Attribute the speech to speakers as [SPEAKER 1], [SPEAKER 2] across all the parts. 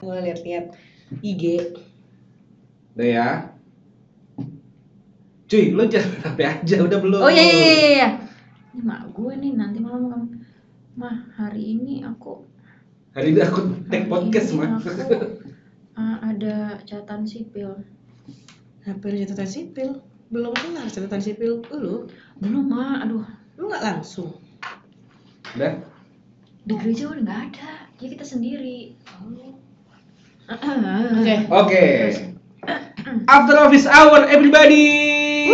[SPEAKER 1] gue liat-liat IG
[SPEAKER 2] Tuh ya. Cuy, lu jangan sampai aja udah belum.
[SPEAKER 1] oh iya iya iya, iya ini mak gue nih nanti malam kamu mah hari ini aku
[SPEAKER 2] Hari ini aku
[SPEAKER 1] hari
[SPEAKER 2] take podcast,
[SPEAKER 1] ini
[SPEAKER 2] Mas.
[SPEAKER 1] aku uh, ada catatan sipil
[SPEAKER 3] Hampir Nah, catatan sipil. Belum kelar catatan sipil lu.
[SPEAKER 1] belum mak aduh
[SPEAKER 3] Lu nggak langsung.
[SPEAKER 2] Udah.
[SPEAKER 1] di gereja udah nggak ada jadi kita sendiri
[SPEAKER 3] Oke.
[SPEAKER 2] Oke. After office hour everybody.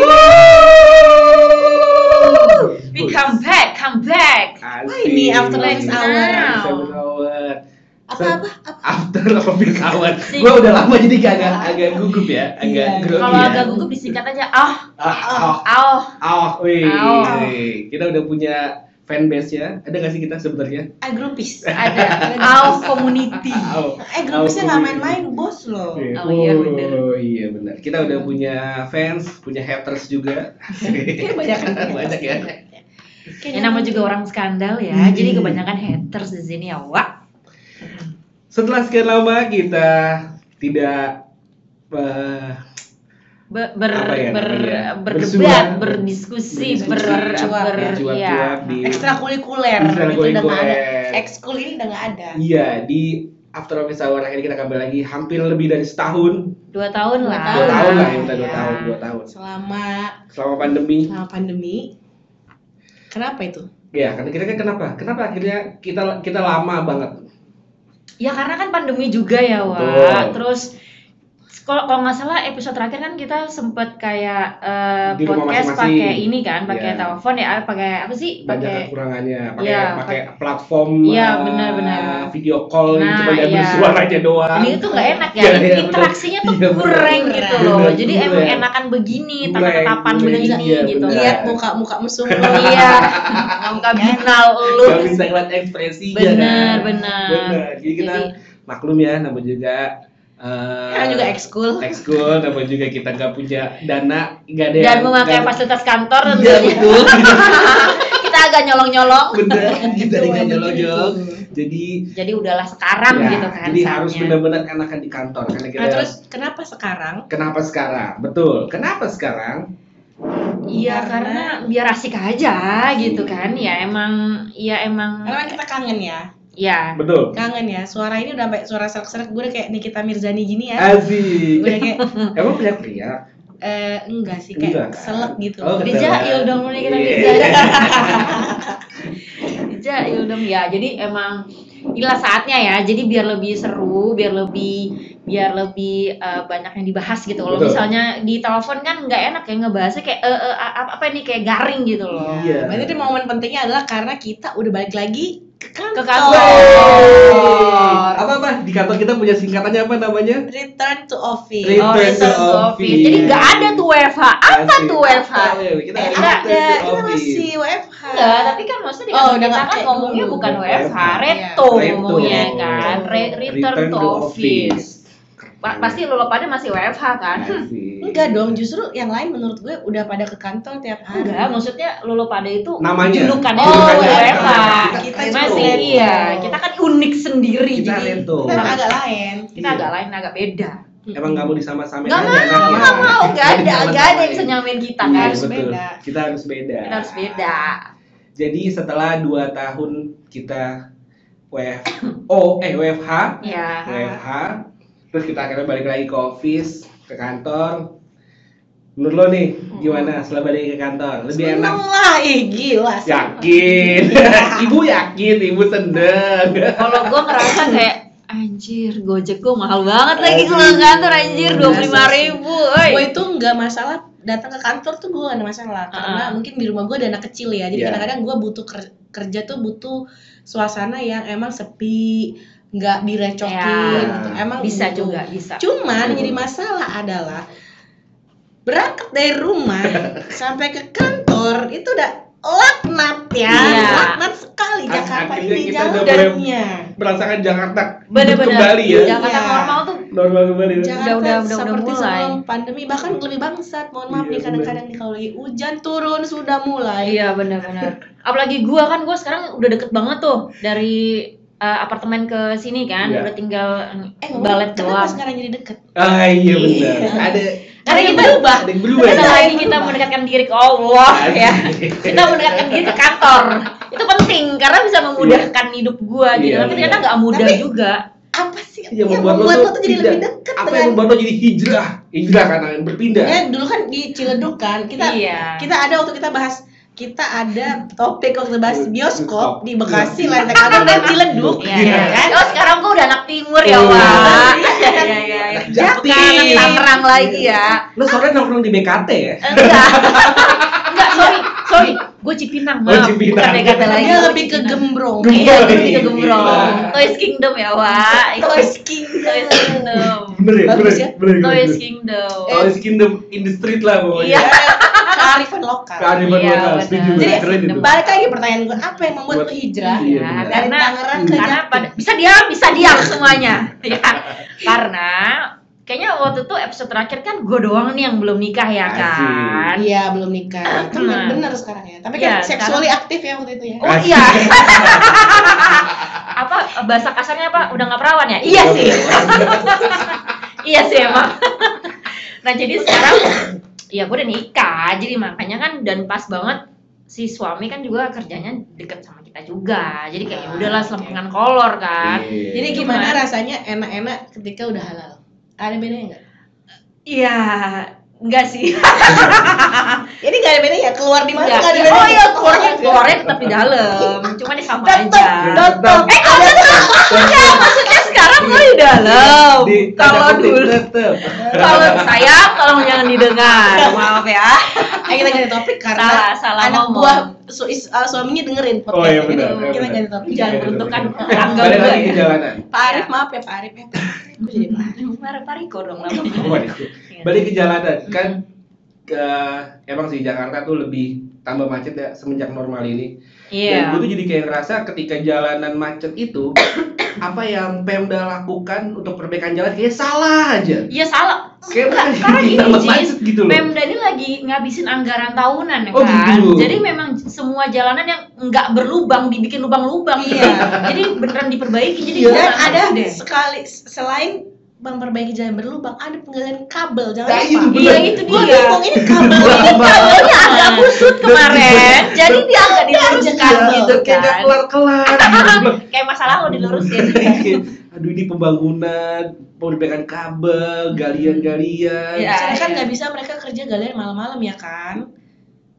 [SPEAKER 1] we come back come back
[SPEAKER 2] Asik.
[SPEAKER 3] Wah, ini after office hour.
[SPEAKER 2] After office hour.
[SPEAKER 3] Apa-apa?
[SPEAKER 2] After office hour.
[SPEAKER 1] Sing.
[SPEAKER 2] Gua udah lama jadi gak agak agak gugup ya, agak
[SPEAKER 3] Iya.
[SPEAKER 2] grogi.
[SPEAKER 1] kalau
[SPEAKER 2] ya.
[SPEAKER 1] agak gugup disingkat aja ah
[SPEAKER 2] Ah, ah,
[SPEAKER 1] ah
[SPEAKER 2] ah, wih.
[SPEAKER 1] Ah.
[SPEAKER 2] Kita udah punya fanbase ya. Ada gak sih kita sebenarnya?
[SPEAKER 3] Agrupis.
[SPEAKER 2] Eh,
[SPEAKER 1] ada ah community
[SPEAKER 2] Ah,
[SPEAKER 3] Agrupis
[SPEAKER 2] Agrupis.
[SPEAKER 3] nggak main-main bos loh.
[SPEAKER 1] Oh, iya, bener.
[SPEAKER 2] Oh iya benar. Kita udah punya fans, punya haters juga.
[SPEAKER 1] Iya,
[SPEAKER 3] Kayak banyak kan.
[SPEAKER 2] Banyak ya.
[SPEAKER 1] ya namanya juga orang skandal ya
[SPEAKER 2] Hmm.
[SPEAKER 1] jadi kebanyakan haters di sini ya wak
[SPEAKER 2] Setelah sekian lama kita tidak eh,
[SPEAKER 1] Be- ber,
[SPEAKER 2] Apa ya
[SPEAKER 1] ber,
[SPEAKER 2] namanya? Bersuara.
[SPEAKER 1] berdebat, berdiskusi,
[SPEAKER 2] Berdiskusi,
[SPEAKER 1] ber,
[SPEAKER 3] cuap-cuap,
[SPEAKER 1] ber,
[SPEAKER 2] cuap-cuap
[SPEAKER 1] ya.
[SPEAKER 2] di
[SPEAKER 3] ekstrakurikuler gitu. itu udah nggak ada.
[SPEAKER 2] ekstrakurikuler.
[SPEAKER 3] Ekskul ini udah nggak ada.
[SPEAKER 2] Iya, di After Office Hour akhirnya kita kembali lagi hampir lebih dari setahun.
[SPEAKER 1] dua tahun
[SPEAKER 3] Dua
[SPEAKER 1] lah.
[SPEAKER 2] Dua
[SPEAKER 3] Ah,
[SPEAKER 2] tahun lah, ya,
[SPEAKER 1] iya.
[SPEAKER 2] kita dua
[SPEAKER 3] ya.
[SPEAKER 2] tahun, dua tahun.
[SPEAKER 3] Selama
[SPEAKER 2] Selama pandemi.
[SPEAKER 3] selama pandemi. Kenapa itu?
[SPEAKER 2] Ya, karena kira-kira kenapa? Kenapa akhirnya kita kita lama banget?
[SPEAKER 1] Ya karena kan pandemi juga ya
[SPEAKER 2] Betul.
[SPEAKER 1] Wak. Terus kalau kalau nggak salah episode terakhir kan kita sempet kayak eh,
[SPEAKER 2] Di rumah
[SPEAKER 1] podcast
[SPEAKER 2] masing-masing.
[SPEAKER 1] pakai ini kan, pakai
[SPEAKER 2] Iya.
[SPEAKER 1] telepon ya, pakai apa sih?
[SPEAKER 2] banyak
[SPEAKER 1] Pakai
[SPEAKER 2] kekurangannya pakai
[SPEAKER 1] Iya,
[SPEAKER 2] pakai platform
[SPEAKER 1] Iya,
[SPEAKER 2] eh,
[SPEAKER 1] benar-benar.
[SPEAKER 2] video call
[SPEAKER 1] Nah,
[SPEAKER 2] cuma yang
[SPEAKER 1] iya.
[SPEAKER 2] bersuara aja doang
[SPEAKER 1] ini tuh nggak enak ya,
[SPEAKER 2] Iya, iya,
[SPEAKER 1] interaksinya tuh
[SPEAKER 2] Iya, bener.
[SPEAKER 1] kurang gitu
[SPEAKER 3] Kurang.
[SPEAKER 1] loh.
[SPEAKER 2] Bener,
[SPEAKER 1] Jadi
[SPEAKER 2] kurang.
[SPEAKER 1] emang enakan begini,
[SPEAKER 2] Kurang,
[SPEAKER 1] tatap-tatapan
[SPEAKER 2] kurang.
[SPEAKER 1] begini
[SPEAKER 2] Iya,
[SPEAKER 1] gitu.
[SPEAKER 2] bener.
[SPEAKER 3] Lihat muka-muka musuh lo.
[SPEAKER 1] Iya, nggak binal lu.
[SPEAKER 2] nggak bisa ngeliat ekspresinya
[SPEAKER 1] Bener,
[SPEAKER 2] kan?
[SPEAKER 1] bener.
[SPEAKER 2] Bener. jadi kita
[SPEAKER 1] Jadi
[SPEAKER 2] maklum ya namun juga eh,
[SPEAKER 3] Kan juga ekskul.
[SPEAKER 2] ekskul namun juga kita nggak punya dana nggak ada
[SPEAKER 1] dan
[SPEAKER 2] yang-
[SPEAKER 1] memakai gitu.
[SPEAKER 2] nggak-
[SPEAKER 1] fasilitas kantor
[SPEAKER 2] iya
[SPEAKER 1] tentunya.
[SPEAKER 2] betul
[SPEAKER 1] kita agak nyolong-nyolong.
[SPEAKER 2] bener Kan kita
[SPEAKER 3] Gitu,
[SPEAKER 2] nggak
[SPEAKER 3] begitu.
[SPEAKER 2] nyolong jadi
[SPEAKER 1] Jadi udahlah sekarang
[SPEAKER 2] ya,
[SPEAKER 1] gitu kan.
[SPEAKER 2] jadi harus
[SPEAKER 1] saatnya.
[SPEAKER 2] benar-benar enakan di kantor karena kita
[SPEAKER 3] Nah, terus kenapa sekarang?
[SPEAKER 2] kenapa sekarang betul kenapa sekarang
[SPEAKER 1] Iya karena biar asik aja gitu
[SPEAKER 2] Iya.
[SPEAKER 1] kan ya emang ya emang
[SPEAKER 3] Karena kan kita kangen ya.
[SPEAKER 1] ya
[SPEAKER 2] betul
[SPEAKER 3] Kangen ya. Suara ini udah sampai suara serak-serak gue udah kayak Nikita Mirzani gini ya. Gue
[SPEAKER 2] Asik.
[SPEAKER 3] udah kayak
[SPEAKER 2] Emang teriak-teriak?
[SPEAKER 3] eh enggak sih kayak
[SPEAKER 2] Enggak.
[SPEAKER 3] selek gitu.
[SPEAKER 2] Oh,
[SPEAKER 3] Di-
[SPEAKER 1] dijail dong mulai kita
[SPEAKER 2] Iya.
[SPEAKER 1] dijail. dijail dong ya jadi emang inilah saatnya ya jadi biar lebih seru biar lebih biar lebih eh, banyak yang dibahas gitu kalau
[SPEAKER 2] Betul.
[SPEAKER 1] misalnya di telepon kan nggak enak ya ngebahasnya kayak eh, eh, a- apa ini kayak garing gitu loh
[SPEAKER 2] Iya.
[SPEAKER 3] Berarti di momen pentingnya adalah karena kita udah balik lagi ke kantor.
[SPEAKER 1] Ke kantor.
[SPEAKER 2] Yeay. Apa apa? Di kantor kita punya singkatannya apa namanya?
[SPEAKER 3] Return to office.
[SPEAKER 2] Return
[SPEAKER 1] Oh,
[SPEAKER 2] to
[SPEAKER 1] return to office. Jadi nggak ada tuh WFH. Apa
[SPEAKER 2] Asik.
[SPEAKER 1] tuh WFH?
[SPEAKER 2] Ayo, ya, Kita
[SPEAKER 3] Eh,
[SPEAKER 2] ada
[SPEAKER 3] ada,
[SPEAKER 2] return to
[SPEAKER 3] kita
[SPEAKER 2] office.
[SPEAKER 3] masih WFH.
[SPEAKER 1] Enggak, tapi kan maksudnya di
[SPEAKER 3] Oh,
[SPEAKER 1] kantor
[SPEAKER 3] udah
[SPEAKER 1] kita
[SPEAKER 3] nggak
[SPEAKER 1] kan
[SPEAKER 3] kayak
[SPEAKER 1] ngomongnya
[SPEAKER 3] dulu.
[SPEAKER 1] bukan WFH,
[SPEAKER 2] Iya.
[SPEAKER 1] reto
[SPEAKER 2] Reto.
[SPEAKER 1] ngomongnya kan, Re- return, to office. Pa- pasti lolopannya masih WFH kan?
[SPEAKER 2] Asik.
[SPEAKER 3] Enggak dong, justru yang lain menurut gue udah pada ke kantor tiap hari.
[SPEAKER 1] Enggak, maksudnya lulu pada itu
[SPEAKER 2] Namanya.
[SPEAKER 1] julukannya
[SPEAKER 3] Oh,
[SPEAKER 1] bukan
[SPEAKER 3] iya.
[SPEAKER 1] WFH.
[SPEAKER 3] Kita
[SPEAKER 1] masih
[SPEAKER 3] reto.
[SPEAKER 1] iya, kita kan unik sendiri
[SPEAKER 2] Kita
[SPEAKER 1] jadi
[SPEAKER 2] reto.
[SPEAKER 3] Kita emang agak lain.
[SPEAKER 1] kita agak lain, agak beda.
[SPEAKER 2] Emang nggak ya? mau disama-samain
[SPEAKER 1] Gak
[SPEAKER 2] aja
[SPEAKER 1] mau,
[SPEAKER 2] anaknya.
[SPEAKER 1] gak mau, gak ada,
[SPEAKER 2] Jangan
[SPEAKER 1] gak ada yang bisa
[SPEAKER 2] samain.
[SPEAKER 1] nyamain
[SPEAKER 2] Iya,
[SPEAKER 1] kita kan.
[SPEAKER 3] harus
[SPEAKER 2] betul.
[SPEAKER 3] beda.
[SPEAKER 2] Kita harus beda.
[SPEAKER 1] Kita harus beda.
[SPEAKER 2] Jadi setelah 2 tahun kita WFO eh WFH,
[SPEAKER 1] Ya.
[SPEAKER 2] WFH terus kita akhirnya balik lagi ke office ke kantor menurut lo nih gimana setelah balik ke kantor lebih enak Ya,
[SPEAKER 3] Seneng lah, ih gila. seneng.
[SPEAKER 2] yakin ibu yakin ibu seneng
[SPEAKER 1] Kalau gue ngerasa kayak anjir gojek gue mahal banget lagi kalau ke kantor anjir Iya, dua puluh lima ribu,
[SPEAKER 3] gue itu nggak masalah datang ke kantor tuh gue gak ada masalah karena
[SPEAKER 1] Ah.
[SPEAKER 3] mungkin di rumah gue ada anak kecil ya jadi
[SPEAKER 2] Iya.
[SPEAKER 3] kadang-kadang gue butuh ker- kerja tuh butuh suasana yang emang sepi nggak direcokin
[SPEAKER 1] Ya.
[SPEAKER 3] gitu. emang
[SPEAKER 1] bisa
[SPEAKER 3] butuh.
[SPEAKER 1] juga Hmm. bisa.
[SPEAKER 3] cuman yang
[SPEAKER 2] Betul.
[SPEAKER 3] jadi masalah adalah berangkat dari rumah sampai ke kantor itu udah laknat ya
[SPEAKER 1] Iya.
[SPEAKER 3] laknat sekali
[SPEAKER 2] Ak-
[SPEAKER 3] Jakarta
[SPEAKER 2] akhirnya
[SPEAKER 3] ini
[SPEAKER 2] kita udah
[SPEAKER 3] jalannya
[SPEAKER 2] Merasakan Jakarta
[SPEAKER 1] Bener-bener.
[SPEAKER 2] kembali ya.
[SPEAKER 1] Jakarta
[SPEAKER 3] Iya.
[SPEAKER 1] normal tuh
[SPEAKER 2] Normal kembali. ya.
[SPEAKER 3] Jakarta
[SPEAKER 1] udah- udah- udah
[SPEAKER 3] kan seperti
[SPEAKER 1] mulai.
[SPEAKER 3] sebelum pandemi bahkan lebih bangsat mohon maaf
[SPEAKER 2] Iya,
[SPEAKER 3] nih kadang-kadang nih kalau lagi hujan turun sudah mulai
[SPEAKER 1] Iya benar-benar. Apalagi gua kan gua sekarang udah deket banget tuh dari eh, apartemen ke sini kan,
[SPEAKER 2] Iya.
[SPEAKER 1] udah tinggal
[SPEAKER 3] eh ngomong,
[SPEAKER 1] balet
[SPEAKER 3] kenapa
[SPEAKER 1] doang.
[SPEAKER 3] sekarang jadi deket
[SPEAKER 2] Ah iya benar.
[SPEAKER 3] Iya.
[SPEAKER 2] Ada
[SPEAKER 1] Karena
[SPEAKER 3] Ada yang
[SPEAKER 1] kita
[SPEAKER 3] berubah.
[SPEAKER 2] ada yang berubah.
[SPEAKER 1] kita
[SPEAKER 2] ya?
[SPEAKER 1] lagi kita mendekatkan diri ke Allah ya. Kita mendekatkan diri ke kantor. Itu penting karena bisa memudahkan hidup gua gitu.
[SPEAKER 2] Iya,
[SPEAKER 1] Tapi
[SPEAKER 2] iya.
[SPEAKER 1] ternyata nggak mudah
[SPEAKER 3] Tapi-
[SPEAKER 1] juga.
[SPEAKER 3] apa sih
[SPEAKER 1] Iya,
[SPEAKER 3] Iya,
[SPEAKER 2] Yang membuat lo tuh
[SPEAKER 3] jadi
[SPEAKER 2] tidak-
[SPEAKER 3] lebih deket
[SPEAKER 2] Apa yang
[SPEAKER 3] dengan
[SPEAKER 2] membuat lo jadi hijrah? Hijrah karena berpindah.
[SPEAKER 3] Ya, dulu kan di Ciledug kan kita
[SPEAKER 1] Iya.
[SPEAKER 3] kita ada waktu kita bahas kita ada topik waktu bahas bioskop di Bekasi
[SPEAKER 2] Iya.
[SPEAKER 3] Lantai Kabar dan Ciledug
[SPEAKER 1] Iya,
[SPEAKER 2] Iya.
[SPEAKER 1] kan? Oh sekarang gua udah anak timur ya,
[SPEAKER 2] Iya.
[SPEAKER 1] Wak.
[SPEAKER 3] Iya, iya,
[SPEAKER 1] iya.
[SPEAKER 2] Jati.
[SPEAKER 1] Bukan anak Tangerang lagi ya.
[SPEAKER 2] Lo sore nongkrong di BKT ya?
[SPEAKER 1] Enggak. Enggak, sorry, sorry. Gue Cipinang,
[SPEAKER 2] Oh,
[SPEAKER 1] maaf.
[SPEAKER 2] Cipinang.
[SPEAKER 1] Bukan BKT lagi.
[SPEAKER 3] dia
[SPEAKER 1] gua
[SPEAKER 3] lebih ke Oh,
[SPEAKER 1] Cipinang.
[SPEAKER 3] gembrong
[SPEAKER 1] Iya,
[SPEAKER 2] Gembrong.
[SPEAKER 1] lebih ke gembrong.
[SPEAKER 2] Iya.
[SPEAKER 1] Toys Kingdom ya, Wak. Toys
[SPEAKER 3] Toys
[SPEAKER 1] Toys
[SPEAKER 3] Kingdom
[SPEAKER 1] Kingdom.
[SPEAKER 2] Bener ya?
[SPEAKER 3] Bagus
[SPEAKER 2] Bener
[SPEAKER 3] ya?
[SPEAKER 2] Bener
[SPEAKER 1] Toys
[SPEAKER 2] bener.
[SPEAKER 1] Kingdom.
[SPEAKER 2] Toys Kingdom Oh, in the street lah
[SPEAKER 1] Iya.
[SPEAKER 2] pokoknya.
[SPEAKER 3] kearifan lokal
[SPEAKER 2] Kearifan
[SPEAKER 1] Iya,
[SPEAKER 2] lokal, setuju
[SPEAKER 1] bener.
[SPEAKER 2] gue,
[SPEAKER 1] Jadi,
[SPEAKER 2] keren itu.
[SPEAKER 3] balik lagi pertanyaan gue apa yang membuat lo hijrah
[SPEAKER 2] Iya,
[SPEAKER 1] Ya,
[SPEAKER 2] benar.
[SPEAKER 3] dari
[SPEAKER 1] karena
[SPEAKER 3] Tangerang ke
[SPEAKER 1] karena pada, bisa diam, bisa diam semuanya. ya. Karena kayaknya waktu itu episode terakhir kan gue doang nih yang belum nikah ya kan.
[SPEAKER 3] Jakarta iya belum nikah kan
[SPEAKER 1] Hmm.
[SPEAKER 3] bener sekarang ya tapi kan
[SPEAKER 1] Iya,
[SPEAKER 3] seksually aktif ya waktu itu ya
[SPEAKER 1] Oh iya. apa bahasa kasarnya apa udah nggak perawan ya? Iya sih. iya sih emang. nah jadi sekarang ya gue udah nikah jadi makanya kan dan pas banget si suami kan juga kerjanya deket sama kita juga jadi kayak ya udahlah selempengan kolor kan
[SPEAKER 2] Iya.
[SPEAKER 3] jadi
[SPEAKER 1] Cuman-
[SPEAKER 3] gimana rasanya enak-enak ketika udah halal ada bedanya nggak
[SPEAKER 1] iya enggak sih
[SPEAKER 3] Ini gak ada bedanya keluar di mana
[SPEAKER 1] Enggak.
[SPEAKER 3] gak ada bedanya.
[SPEAKER 1] Iya. oh iya keluarnya keluarnya tetap di dalam cuma ini sama aja
[SPEAKER 2] Tetap.
[SPEAKER 1] eh kalau
[SPEAKER 3] Iya.
[SPEAKER 1] tetap enggak maksudnya sekarang gue di dalam
[SPEAKER 2] Di tanda
[SPEAKER 1] kalau
[SPEAKER 2] kutip,
[SPEAKER 1] dulu
[SPEAKER 2] tetep.
[SPEAKER 1] kalau sayang tolong jangan didengar maaf ya
[SPEAKER 3] Ayo kita ganti topik karena
[SPEAKER 1] salah salah
[SPEAKER 3] anak
[SPEAKER 1] ngomong
[SPEAKER 3] buah su- is- uh, suaminya dengerin podcast
[SPEAKER 2] Oh, iya,
[SPEAKER 3] ini.
[SPEAKER 2] benar, iya,
[SPEAKER 3] Kita
[SPEAKER 2] benar.
[SPEAKER 3] ganti topik.
[SPEAKER 1] jangan
[SPEAKER 2] Iya,
[SPEAKER 1] beruntukkan
[SPEAKER 2] iya, iya.
[SPEAKER 1] tangga
[SPEAKER 2] Balik
[SPEAKER 1] juga
[SPEAKER 2] lagi ke
[SPEAKER 1] ya
[SPEAKER 2] jalanan.
[SPEAKER 3] Pak Arif maaf ya Pak Arif. Ya, Pak Arif. Gua jadi Pak Arif.
[SPEAKER 1] marah pariko dong lah
[SPEAKER 2] Waduh. ya? Balik ke jalanan kan ke emang sih Jakarta tuh lebih tambah macet ya semenjak normal ini. Dan
[SPEAKER 1] iya
[SPEAKER 2] gue tuh jadi kayak ngerasa ketika jalanan macet itu apa yang Pemda lakukan untuk perbaikan jalan kayak salah aja.
[SPEAKER 1] iya salah
[SPEAKER 2] Kayak
[SPEAKER 1] Enggak,
[SPEAKER 2] makin
[SPEAKER 1] karena gini,
[SPEAKER 2] tambah
[SPEAKER 1] Jis.
[SPEAKER 2] macet gitu loh.
[SPEAKER 1] Pemda ini lagi ngabisin anggaran tahunan ya
[SPEAKER 2] Oh,
[SPEAKER 1] kan.
[SPEAKER 2] gitu.
[SPEAKER 1] Jadi memang semua jalanan yang nggak berlubang dibikin lubang-lubang. gitu.
[SPEAKER 3] Iya.
[SPEAKER 1] Jadi beneran diperbaiki. Jadi
[SPEAKER 2] Iya.
[SPEAKER 1] gua
[SPEAKER 3] Dan
[SPEAKER 1] nggak
[SPEAKER 3] ada
[SPEAKER 1] ngerti deh.
[SPEAKER 3] sekali selain memperbaiki jalan berlubang ada penggalian kabel jangan
[SPEAKER 2] Nah, itu Iya,
[SPEAKER 3] lupa.
[SPEAKER 2] benar.
[SPEAKER 1] Iya itu
[SPEAKER 3] Gue
[SPEAKER 1] dia.
[SPEAKER 3] bingung ini kabel Iya.
[SPEAKER 1] Ini
[SPEAKER 3] ini kabelnya
[SPEAKER 1] kabelnya iya, agak kusut kemarin. Jadi dia agak diluruskan
[SPEAKER 3] Iya,
[SPEAKER 1] gitu
[SPEAKER 2] Kayak nggak
[SPEAKER 1] kan.
[SPEAKER 2] kelar-kelar.
[SPEAKER 1] Kayak masalah lo dilurusin.
[SPEAKER 2] Kayak, Aduh ini pembangunan, perbaikan kabel, galian-galian.
[SPEAKER 1] Iya.
[SPEAKER 3] Karena kan nggak bisa mereka kerja galian malam-malam ya kan.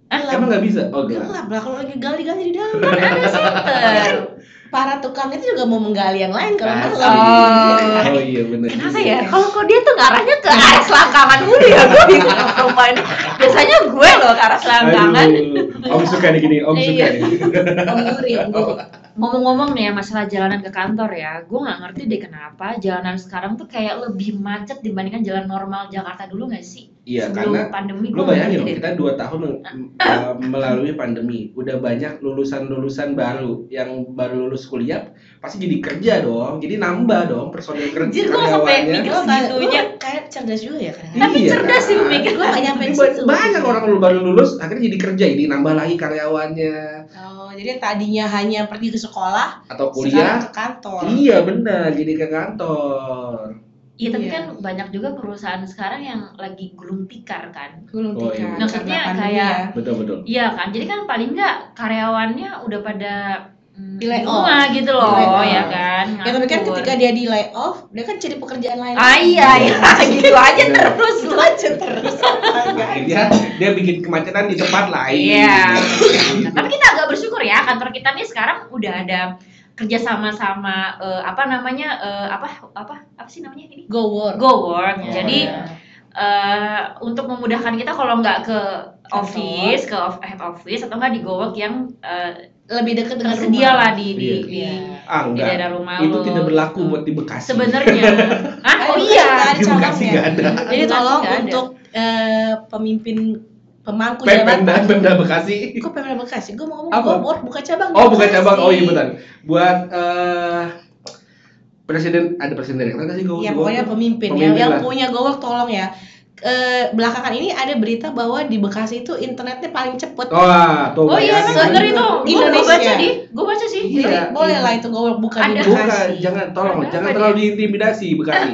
[SPEAKER 2] Emang
[SPEAKER 3] Gelap,
[SPEAKER 2] nggak bisa? Oh, enggak.
[SPEAKER 3] gelap lah kalau lagi gali-gali di dalam.
[SPEAKER 1] Kan ada senter.
[SPEAKER 3] Para tukang itu juga mau menggali yang lain kalau
[SPEAKER 2] Asli.
[SPEAKER 3] malam.
[SPEAKER 1] Oh.
[SPEAKER 2] Oh iya benar.
[SPEAKER 1] Kenapa ya? Kalau kok dia tuh ngarahnya ke arah selangkangan mulu ya. Gue bingung sama perempuan. Biasanya gue loh ke arah selangkangan.
[SPEAKER 2] Aduh, Om suka nih gini, Om suka
[SPEAKER 1] Iya.
[SPEAKER 2] nih.
[SPEAKER 3] Om Nuri, Om Nuri.
[SPEAKER 2] Oh.
[SPEAKER 1] Ngomong-ngomong nih ya masalah jalanan ke kantor ya, gue nggak ngerti deh kenapa jalanan sekarang tuh kayak lebih macet dibandingkan jalan normal Jakarta dulu nggak sih?
[SPEAKER 2] Iya,
[SPEAKER 1] Sebelum
[SPEAKER 2] karena
[SPEAKER 1] pandemi
[SPEAKER 2] lo
[SPEAKER 1] gua
[SPEAKER 2] bayangin loh,
[SPEAKER 1] nggak ngerti
[SPEAKER 2] kita dua tahun meng- eh, melalui pandemi, udah banyak lulusan-lulusan baru yang baru lulus kuliah pasti jadi kerja dong, jadi nambah dong personil
[SPEAKER 1] deh.
[SPEAKER 2] kerja
[SPEAKER 1] Anjir gue sampai mikir
[SPEAKER 3] Lo kayak-
[SPEAKER 1] segitunya.
[SPEAKER 3] lo kayak cerdas juga ya kadang-kadang.
[SPEAKER 1] Tapi
[SPEAKER 2] Iya,
[SPEAKER 1] cerdas sih
[SPEAKER 2] kan?
[SPEAKER 1] mikir
[SPEAKER 3] Gue
[SPEAKER 1] gue.
[SPEAKER 3] gak nyampe
[SPEAKER 2] Jadi
[SPEAKER 3] di
[SPEAKER 2] ba-
[SPEAKER 3] situ. Oh,
[SPEAKER 2] banyak orang lu baru lulus akhirnya jadi kerja ini nambah lagi karyawannya
[SPEAKER 3] Oh, jadi yang tadinya hanya pergi ke sekolah,
[SPEAKER 2] atau
[SPEAKER 3] sekarang
[SPEAKER 2] kuliah
[SPEAKER 3] ke kantor.
[SPEAKER 2] iya benar jadi ke kantor
[SPEAKER 1] Iya tapi
[SPEAKER 3] Iya.
[SPEAKER 1] kan banyak juga perusahaan sekarang yang lagi gulung tikar kan.
[SPEAKER 3] Gulung tikar.
[SPEAKER 2] Oh, iya.
[SPEAKER 3] karena
[SPEAKER 1] Maksudnya
[SPEAKER 3] pandemi
[SPEAKER 1] kayak-
[SPEAKER 3] ya.
[SPEAKER 2] betul betul
[SPEAKER 1] Iya kan, jadi kan paling nggak karyawannya udah pada mm,
[SPEAKER 3] Di layoff.
[SPEAKER 1] rumah gitu loh,
[SPEAKER 3] Di layoff.
[SPEAKER 1] ya kan.
[SPEAKER 3] Ya tapi kan
[SPEAKER 1] nganggur.
[SPEAKER 3] ketika dia di layoff, dia kan cari pekerjaan lain.
[SPEAKER 1] Ah iya, iya, gitu aja
[SPEAKER 2] Iya.
[SPEAKER 1] terus
[SPEAKER 3] Itu
[SPEAKER 1] loh.
[SPEAKER 3] aja terus.
[SPEAKER 2] akhirnya dia bikin kemacetan di tempat lain
[SPEAKER 1] Iya. Tapi kita agak bersyukur ya kantor kita nih sekarang udah ada kerja sama sama eh, apa namanya eh, apa apa apa sih namanya ini
[SPEAKER 3] Go ya. work.
[SPEAKER 1] Go Work.
[SPEAKER 2] Oh,
[SPEAKER 1] Jadi
[SPEAKER 2] iya.
[SPEAKER 1] eh, untuk memudahkan kita kalau nggak ke
[SPEAKER 3] Kantor.
[SPEAKER 1] office, ke off- head office atau nggak di Go Work yang eh,
[SPEAKER 3] Lebih dekat dengan
[SPEAKER 1] tersedia
[SPEAKER 3] rumah.
[SPEAKER 1] lah di di,
[SPEAKER 2] Iya.
[SPEAKER 1] di,
[SPEAKER 2] ah
[SPEAKER 1] di
[SPEAKER 2] enggak
[SPEAKER 1] daerah rumah
[SPEAKER 2] itu
[SPEAKER 1] lo.
[SPEAKER 2] tidak berlaku buat di Bekasi
[SPEAKER 1] Sebenarnya. Hah? iya.
[SPEAKER 3] Ah,
[SPEAKER 1] Oh
[SPEAKER 3] bukan,
[SPEAKER 1] iya.
[SPEAKER 3] ada
[SPEAKER 2] Di Bekasi
[SPEAKER 3] cabangnya.
[SPEAKER 2] nggak ada.
[SPEAKER 3] Jadi
[SPEAKER 1] Bekasi
[SPEAKER 3] tolong
[SPEAKER 1] nggak ada.
[SPEAKER 3] untuk eh, pemimpin pemangku
[SPEAKER 2] Pemda,
[SPEAKER 3] jabatan.
[SPEAKER 2] Pemda Bekasi.
[SPEAKER 3] Kok Pemda Bekasi? Gue mau ngomong
[SPEAKER 2] Apa?
[SPEAKER 3] Bogor, buka cabang. ya?
[SPEAKER 2] Oh,
[SPEAKER 3] di
[SPEAKER 2] bukan cabang. Oh iya
[SPEAKER 3] Bekasi.
[SPEAKER 2] benar. Buat eh presiden ada presiden direktur nggak sih gue?
[SPEAKER 3] Ya pokoknya pemimpin,
[SPEAKER 2] Pemimpin
[SPEAKER 3] ya, yang
[SPEAKER 2] lah.
[SPEAKER 3] punya gowok tolong ya. Eh, belakangan ini ada berita bahwa di Bekasi itu internetnya paling cepet.
[SPEAKER 2] Wah, tuh.
[SPEAKER 1] Oh iya,
[SPEAKER 2] bayangin.
[SPEAKER 1] emang bener itu. Gue
[SPEAKER 3] Indonesia.
[SPEAKER 1] baca di, gue baca sih.
[SPEAKER 2] Iya.
[SPEAKER 3] Jadi boleh lah itu gowok buka di
[SPEAKER 1] Ada.
[SPEAKER 2] Bukan,
[SPEAKER 3] Bekasi.
[SPEAKER 2] jangan tolong,
[SPEAKER 1] Ada
[SPEAKER 2] jangan
[SPEAKER 1] apa
[SPEAKER 2] terlalu diintimidasi Bekasi.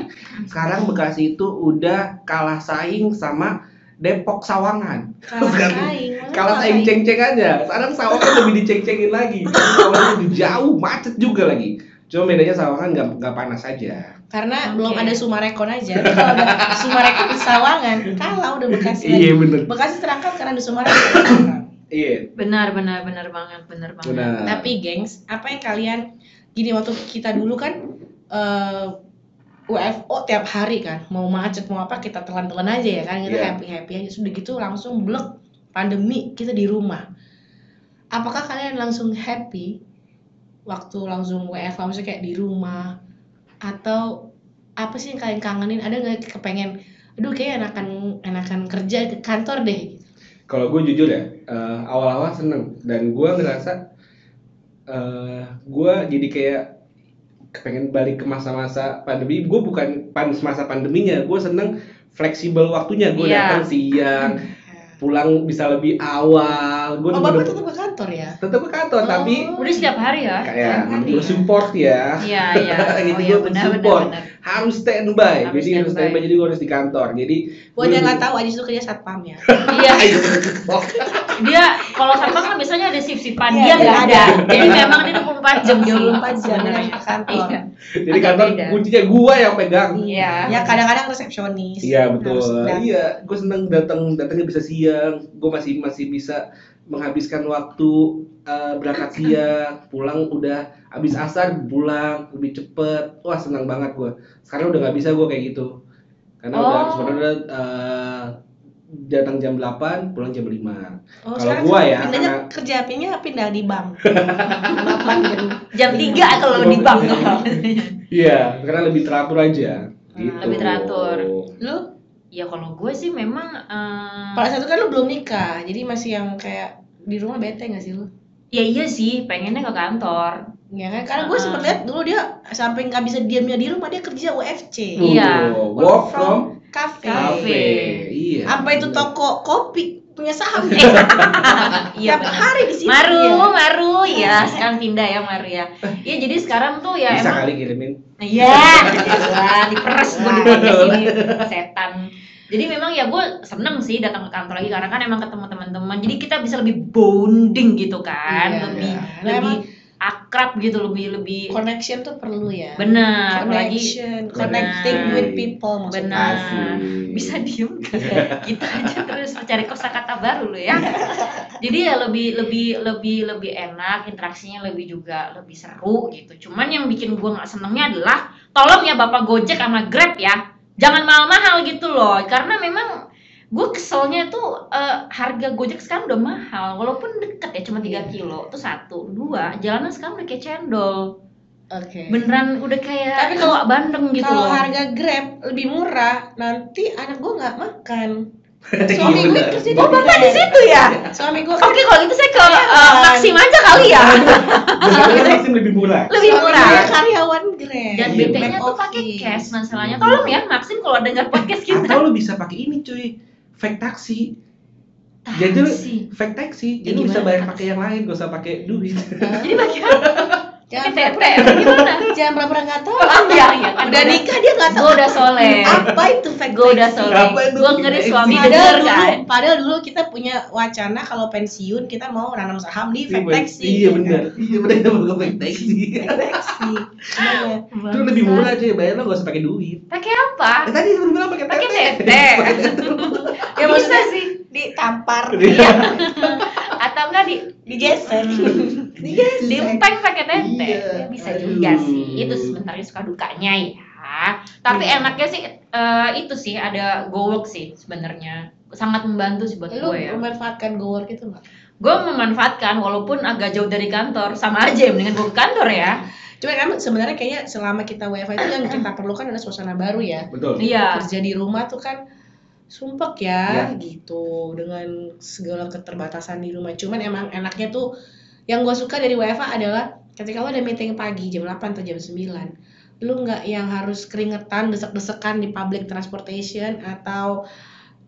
[SPEAKER 2] Sekarang Bekasi itu udah kalah saing sama Depok Sawangan.
[SPEAKER 3] Kalah
[SPEAKER 2] Bukan.
[SPEAKER 3] saing. Mana
[SPEAKER 2] Kalah saing ceng-ceng aja. Sekarang Sawangan lebih diceng-cengin lagi. Sawangan lebih jauh, macet juga lagi. Cuma bedanya Sawangan nggak nggak panas aja.
[SPEAKER 3] Karena
[SPEAKER 1] Oke.
[SPEAKER 3] belum ada Sumarekon aja. Jadi Kalau udah Sumarekon di Sawangan, kalah udah Bekasi. lagi.
[SPEAKER 2] Iya, bener.
[SPEAKER 3] Bekasi terangkat karena di Sumarekon. terangkat.
[SPEAKER 2] Iya.
[SPEAKER 1] Benar, benar, benar banget, benar banget.
[SPEAKER 2] Benar.
[SPEAKER 3] Tapi gengs, apa yang kalian gini waktu kita dulu kan eh, UFO tiap hari kan, mau macet mau apa kita telan-telan aja ya kan, kita
[SPEAKER 2] Iya.
[SPEAKER 3] happy-happy aja sudah gitu langsung blek pandemi kita di rumah. Apakah kalian langsung happy waktu langsung WFH maksudnya kayak di rumah atau apa sih yang kalian kangenin? Ada nggak kepengen aduh kayak enakan enakan kerja ke kantor deh gitu.
[SPEAKER 2] kalau gue jujur ya eh, awal-awal seneng dan gue ngerasa eh gue jadi kayak pengen balik ke masa-masa pandemi gue bukan pan masa pandeminya gue seneng fleksibel waktunya gue
[SPEAKER 1] Iya.
[SPEAKER 2] datang siang Iya. pulang bisa lebih awal gue
[SPEAKER 3] Oh, Bapak tetap ke kantor ya?
[SPEAKER 2] tetap ke kantor
[SPEAKER 3] Oh.
[SPEAKER 2] tapi
[SPEAKER 1] Udah setiap hari ya?
[SPEAKER 2] kayak
[SPEAKER 3] kan
[SPEAKER 2] gue
[SPEAKER 3] ya.
[SPEAKER 2] support ya
[SPEAKER 1] Iya, iya.
[SPEAKER 2] Gitu,
[SPEAKER 1] Oh iya,
[SPEAKER 2] gua
[SPEAKER 1] benar, benar,
[SPEAKER 2] support.
[SPEAKER 1] benar.
[SPEAKER 2] harus standby
[SPEAKER 1] Harus
[SPEAKER 2] jadi harus
[SPEAKER 1] standby.
[SPEAKER 2] standby jadi gue harus di kantor jadi
[SPEAKER 3] Buat yang
[SPEAKER 2] Hmm.
[SPEAKER 3] nggak tahu Ajis itu kerja satpam ya.
[SPEAKER 1] Iya,
[SPEAKER 2] ayo
[SPEAKER 1] dia kalau satpam kan biasanya ada sip-sipan,
[SPEAKER 3] Iya,
[SPEAKER 1] dia nggak
[SPEAKER 3] iya.
[SPEAKER 1] ada. Jadi memang dia 24 jam
[SPEAKER 3] 24
[SPEAKER 1] sih.
[SPEAKER 3] jam,
[SPEAKER 1] Sebenarnya.
[SPEAKER 3] memang ke kantor.
[SPEAKER 1] Iya.
[SPEAKER 2] jadi
[SPEAKER 1] Agak
[SPEAKER 2] kantor
[SPEAKER 1] beda.
[SPEAKER 2] kuncinya gue yang pegang
[SPEAKER 1] Iya.
[SPEAKER 3] Ya kadang-kadang resepsionis.
[SPEAKER 2] Iya
[SPEAKER 3] Harus
[SPEAKER 2] betul.
[SPEAKER 3] datang.
[SPEAKER 2] Iya, gue seneng datang datangnya bisa siang. Gue masih masih bisa menghabiskan waktu eh, berangkat siang, pulang udah habis asar pulang lebih cepet. Wah senang banget gue. Sekarang udah nggak bisa gue kayak gitu. Karena udah
[SPEAKER 1] Oh.
[SPEAKER 2] sebenarnya eh, datang jam 8, pulang jam 5.
[SPEAKER 3] Oh,
[SPEAKER 2] Kalau
[SPEAKER 3] sekarang
[SPEAKER 2] gua ya,
[SPEAKER 3] pindahnya
[SPEAKER 2] karena-
[SPEAKER 3] kerja pinnya pindah di bank. Delapan jam.
[SPEAKER 1] Jam 3 kalau di bank.
[SPEAKER 2] Iya, karena lebih teratur aja. Gitu.
[SPEAKER 1] Ah, lebih teratur.
[SPEAKER 3] Lu
[SPEAKER 1] Ya kalau gue sih memang eh,
[SPEAKER 3] kalau satu kan lu belum nikah, jadi masih yang kayak di rumah bete gak sih lu?
[SPEAKER 1] ya iya sih pengennya ke kantor.
[SPEAKER 3] Ya kan? Karena
[SPEAKER 1] Ah.
[SPEAKER 3] gue sempet lihat dulu dia sampai nggak bisa diamnya di rumah dia kerja
[SPEAKER 2] Tuh,
[SPEAKER 3] UFC.
[SPEAKER 1] Iya.
[SPEAKER 2] Work from
[SPEAKER 3] cafe.
[SPEAKER 1] Cafe.
[SPEAKER 2] cafe. Iya.
[SPEAKER 3] Apa itu toko kopi punya saham dia?
[SPEAKER 1] Iya.
[SPEAKER 3] Tiap
[SPEAKER 1] benar.
[SPEAKER 3] hari di situ.
[SPEAKER 1] Maru,
[SPEAKER 3] dia.
[SPEAKER 1] Maru ya sekarang pindah ya Maru ya. Iya jadi sekarang tuh ya
[SPEAKER 2] Bisa kan?
[SPEAKER 1] emang
[SPEAKER 2] kali kirimin
[SPEAKER 1] Iya, elah, diperes gue di podcast ini setan. Jadi memang ya gue seneng sih datang ke kantor lagi karena kan emang ketemu teman-teman. Jadi kita bisa lebih bonding gitu kan,
[SPEAKER 3] Iya.
[SPEAKER 1] lebih
[SPEAKER 3] Nah,
[SPEAKER 1] lebih
[SPEAKER 3] emang
[SPEAKER 1] akrab gitu, lebih lebih
[SPEAKER 3] connection tuh perlu ya.
[SPEAKER 1] benar. Nah, Apalagi
[SPEAKER 3] connection,
[SPEAKER 2] Benar.
[SPEAKER 3] connecting with people
[SPEAKER 1] Benar.
[SPEAKER 3] maksudnya.
[SPEAKER 2] Asik.
[SPEAKER 1] Nah, bisa
[SPEAKER 3] Hmm.
[SPEAKER 1] diem
[SPEAKER 3] Iya.
[SPEAKER 1] gak? Kita aja terus mencari kosakata baru lo ya. Jadi ya lebih lebih lebih lebih enak, interaksinya lebih juga lebih seru gitu. Cuman yang bikin gua nggak senengnya adalah tolong ya Bapak Gojek sama Grab ya. Jangan mahal-mahal gitu loh. Karena memang gue keselnya tuh eh, harga Gojek sekarang udah mahal walaupun deket ya cuma
[SPEAKER 3] Iya.
[SPEAKER 1] 3 kilo tuh satu dua jalanan sekarang udah kayak cendol
[SPEAKER 3] Oke.
[SPEAKER 1] beneran udah kayak
[SPEAKER 3] Iya. Tapi kalau-
[SPEAKER 1] kalau bandeng gitu
[SPEAKER 3] Kalau
[SPEAKER 1] loh
[SPEAKER 3] harga Grab lebih murah, nanti anak gue nggak makan.
[SPEAKER 2] Iya,
[SPEAKER 3] Suami gue
[SPEAKER 2] benar.
[SPEAKER 3] kerja di
[SPEAKER 1] oh bapak di situ ya
[SPEAKER 3] Suami gue
[SPEAKER 1] Oke kalau gitu saya ke uh, Maxim aja kali ya
[SPEAKER 2] Benar, kan Maxim lebih murah.
[SPEAKER 1] Lebih
[SPEAKER 3] suami
[SPEAKER 1] murah ya.
[SPEAKER 3] gua karyawan Grab.
[SPEAKER 1] Dan
[SPEAKER 2] Iya,
[SPEAKER 1] BT-nya
[SPEAKER 3] Back
[SPEAKER 1] tuh pakai
[SPEAKER 3] office.
[SPEAKER 1] cash masalahnya Tolong ya Maxim kalau dengar podcast
[SPEAKER 2] Atau
[SPEAKER 1] kita
[SPEAKER 2] lu bisa pakai ini cuy, fake taksi. Jadi lu-
[SPEAKER 1] Taksi.
[SPEAKER 2] Fake taxi,
[SPEAKER 1] Ya
[SPEAKER 2] jadi lu bisa
[SPEAKER 1] gimana,
[SPEAKER 2] bayar
[SPEAKER 1] Kak?
[SPEAKER 2] pakai yang lain, gak usah pakai duit.
[SPEAKER 1] Jadi bagaimana?
[SPEAKER 3] Jangan
[SPEAKER 1] PT
[SPEAKER 3] pura-pura-
[SPEAKER 1] gimana?
[SPEAKER 3] jangan pura-pura nggak tahu.
[SPEAKER 1] gitu. Oh iya iya kan
[SPEAKER 3] Udah nikah dia nggak tahu.
[SPEAKER 1] Gue udah soleh
[SPEAKER 3] Apa itu fake
[SPEAKER 1] Gue udah
[SPEAKER 3] taxi?
[SPEAKER 1] soleh
[SPEAKER 2] Apa itu
[SPEAKER 1] Gue ngeri
[SPEAKER 2] fake
[SPEAKER 1] suami
[SPEAKER 2] taxi?
[SPEAKER 1] denger
[SPEAKER 3] Padahal dulu,
[SPEAKER 1] kan
[SPEAKER 3] padahal dulu kita punya wacana kalau pensiun kita mau nanam saham di fake taxi.
[SPEAKER 2] Iya benar. Iya benar pakai fake taxi.
[SPEAKER 3] Fake taxi. Iya.
[SPEAKER 2] Itu lebih murah cuy, bayar lu gak usah pakai duit.
[SPEAKER 1] Pakai apa?
[SPEAKER 2] Eh tadi lu bilang pakai
[SPEAKER 1] Pakai PT
[SPEAKER 2] Pakai PT. Iya,
[SPEAKER 1] Ya bisa
[SPEAKER 3] maksudnya-
[SPEAKER 1] sih
[SPEAKER 3] Ditampar,
[SPEAKER 1] Atau enggak di
[SPEAKER 3] digeser, digeser.
[SPEAKER 1] Diempeng pakai tempe.
[SPEAKER 2] Iya.
[SPEAKER 1] Ya, bisa juga
[SPEAKER 2] Aduh.
[SPEAKER 1] sih. Itu sebenarnya suka dukanya ya. Tapi
[SPEAKER 3] Iya.
[SPEAKER 1] enaknya sih eh, itu sih ada gowok sih sebenarnya. Sangat membantu sih buat
[SPEAKER 3] Lu
[SPEAKER 1] gue ya.
[SPEAKER 3] memanfaatkan goer gitu nggak?
[SPEAKER 1] Gue memanfaatkan walaupun agak jauh dari kantor sama aja ya mendingan gue ke kantor ya.
[SPEAKER 3] Cuma kan sebenarnya kayaknya selama kita WFH itu yang kita perlukan adalah suasana baru ya.
[SPEAKER 2] Betul.
[SPEAKER 1] Iya.
[SPEAKER 3] Kerja di rumah tuh kan sumpek ya gitu dengan segala keterbatasan di rumah cuman emang enaknya tuh yang gue suka dari WFA adalah ketika lo ada meeting pagi jam 8 atau jam 9 lu nggak yang harus keringetan desek-desekan di public transportation atau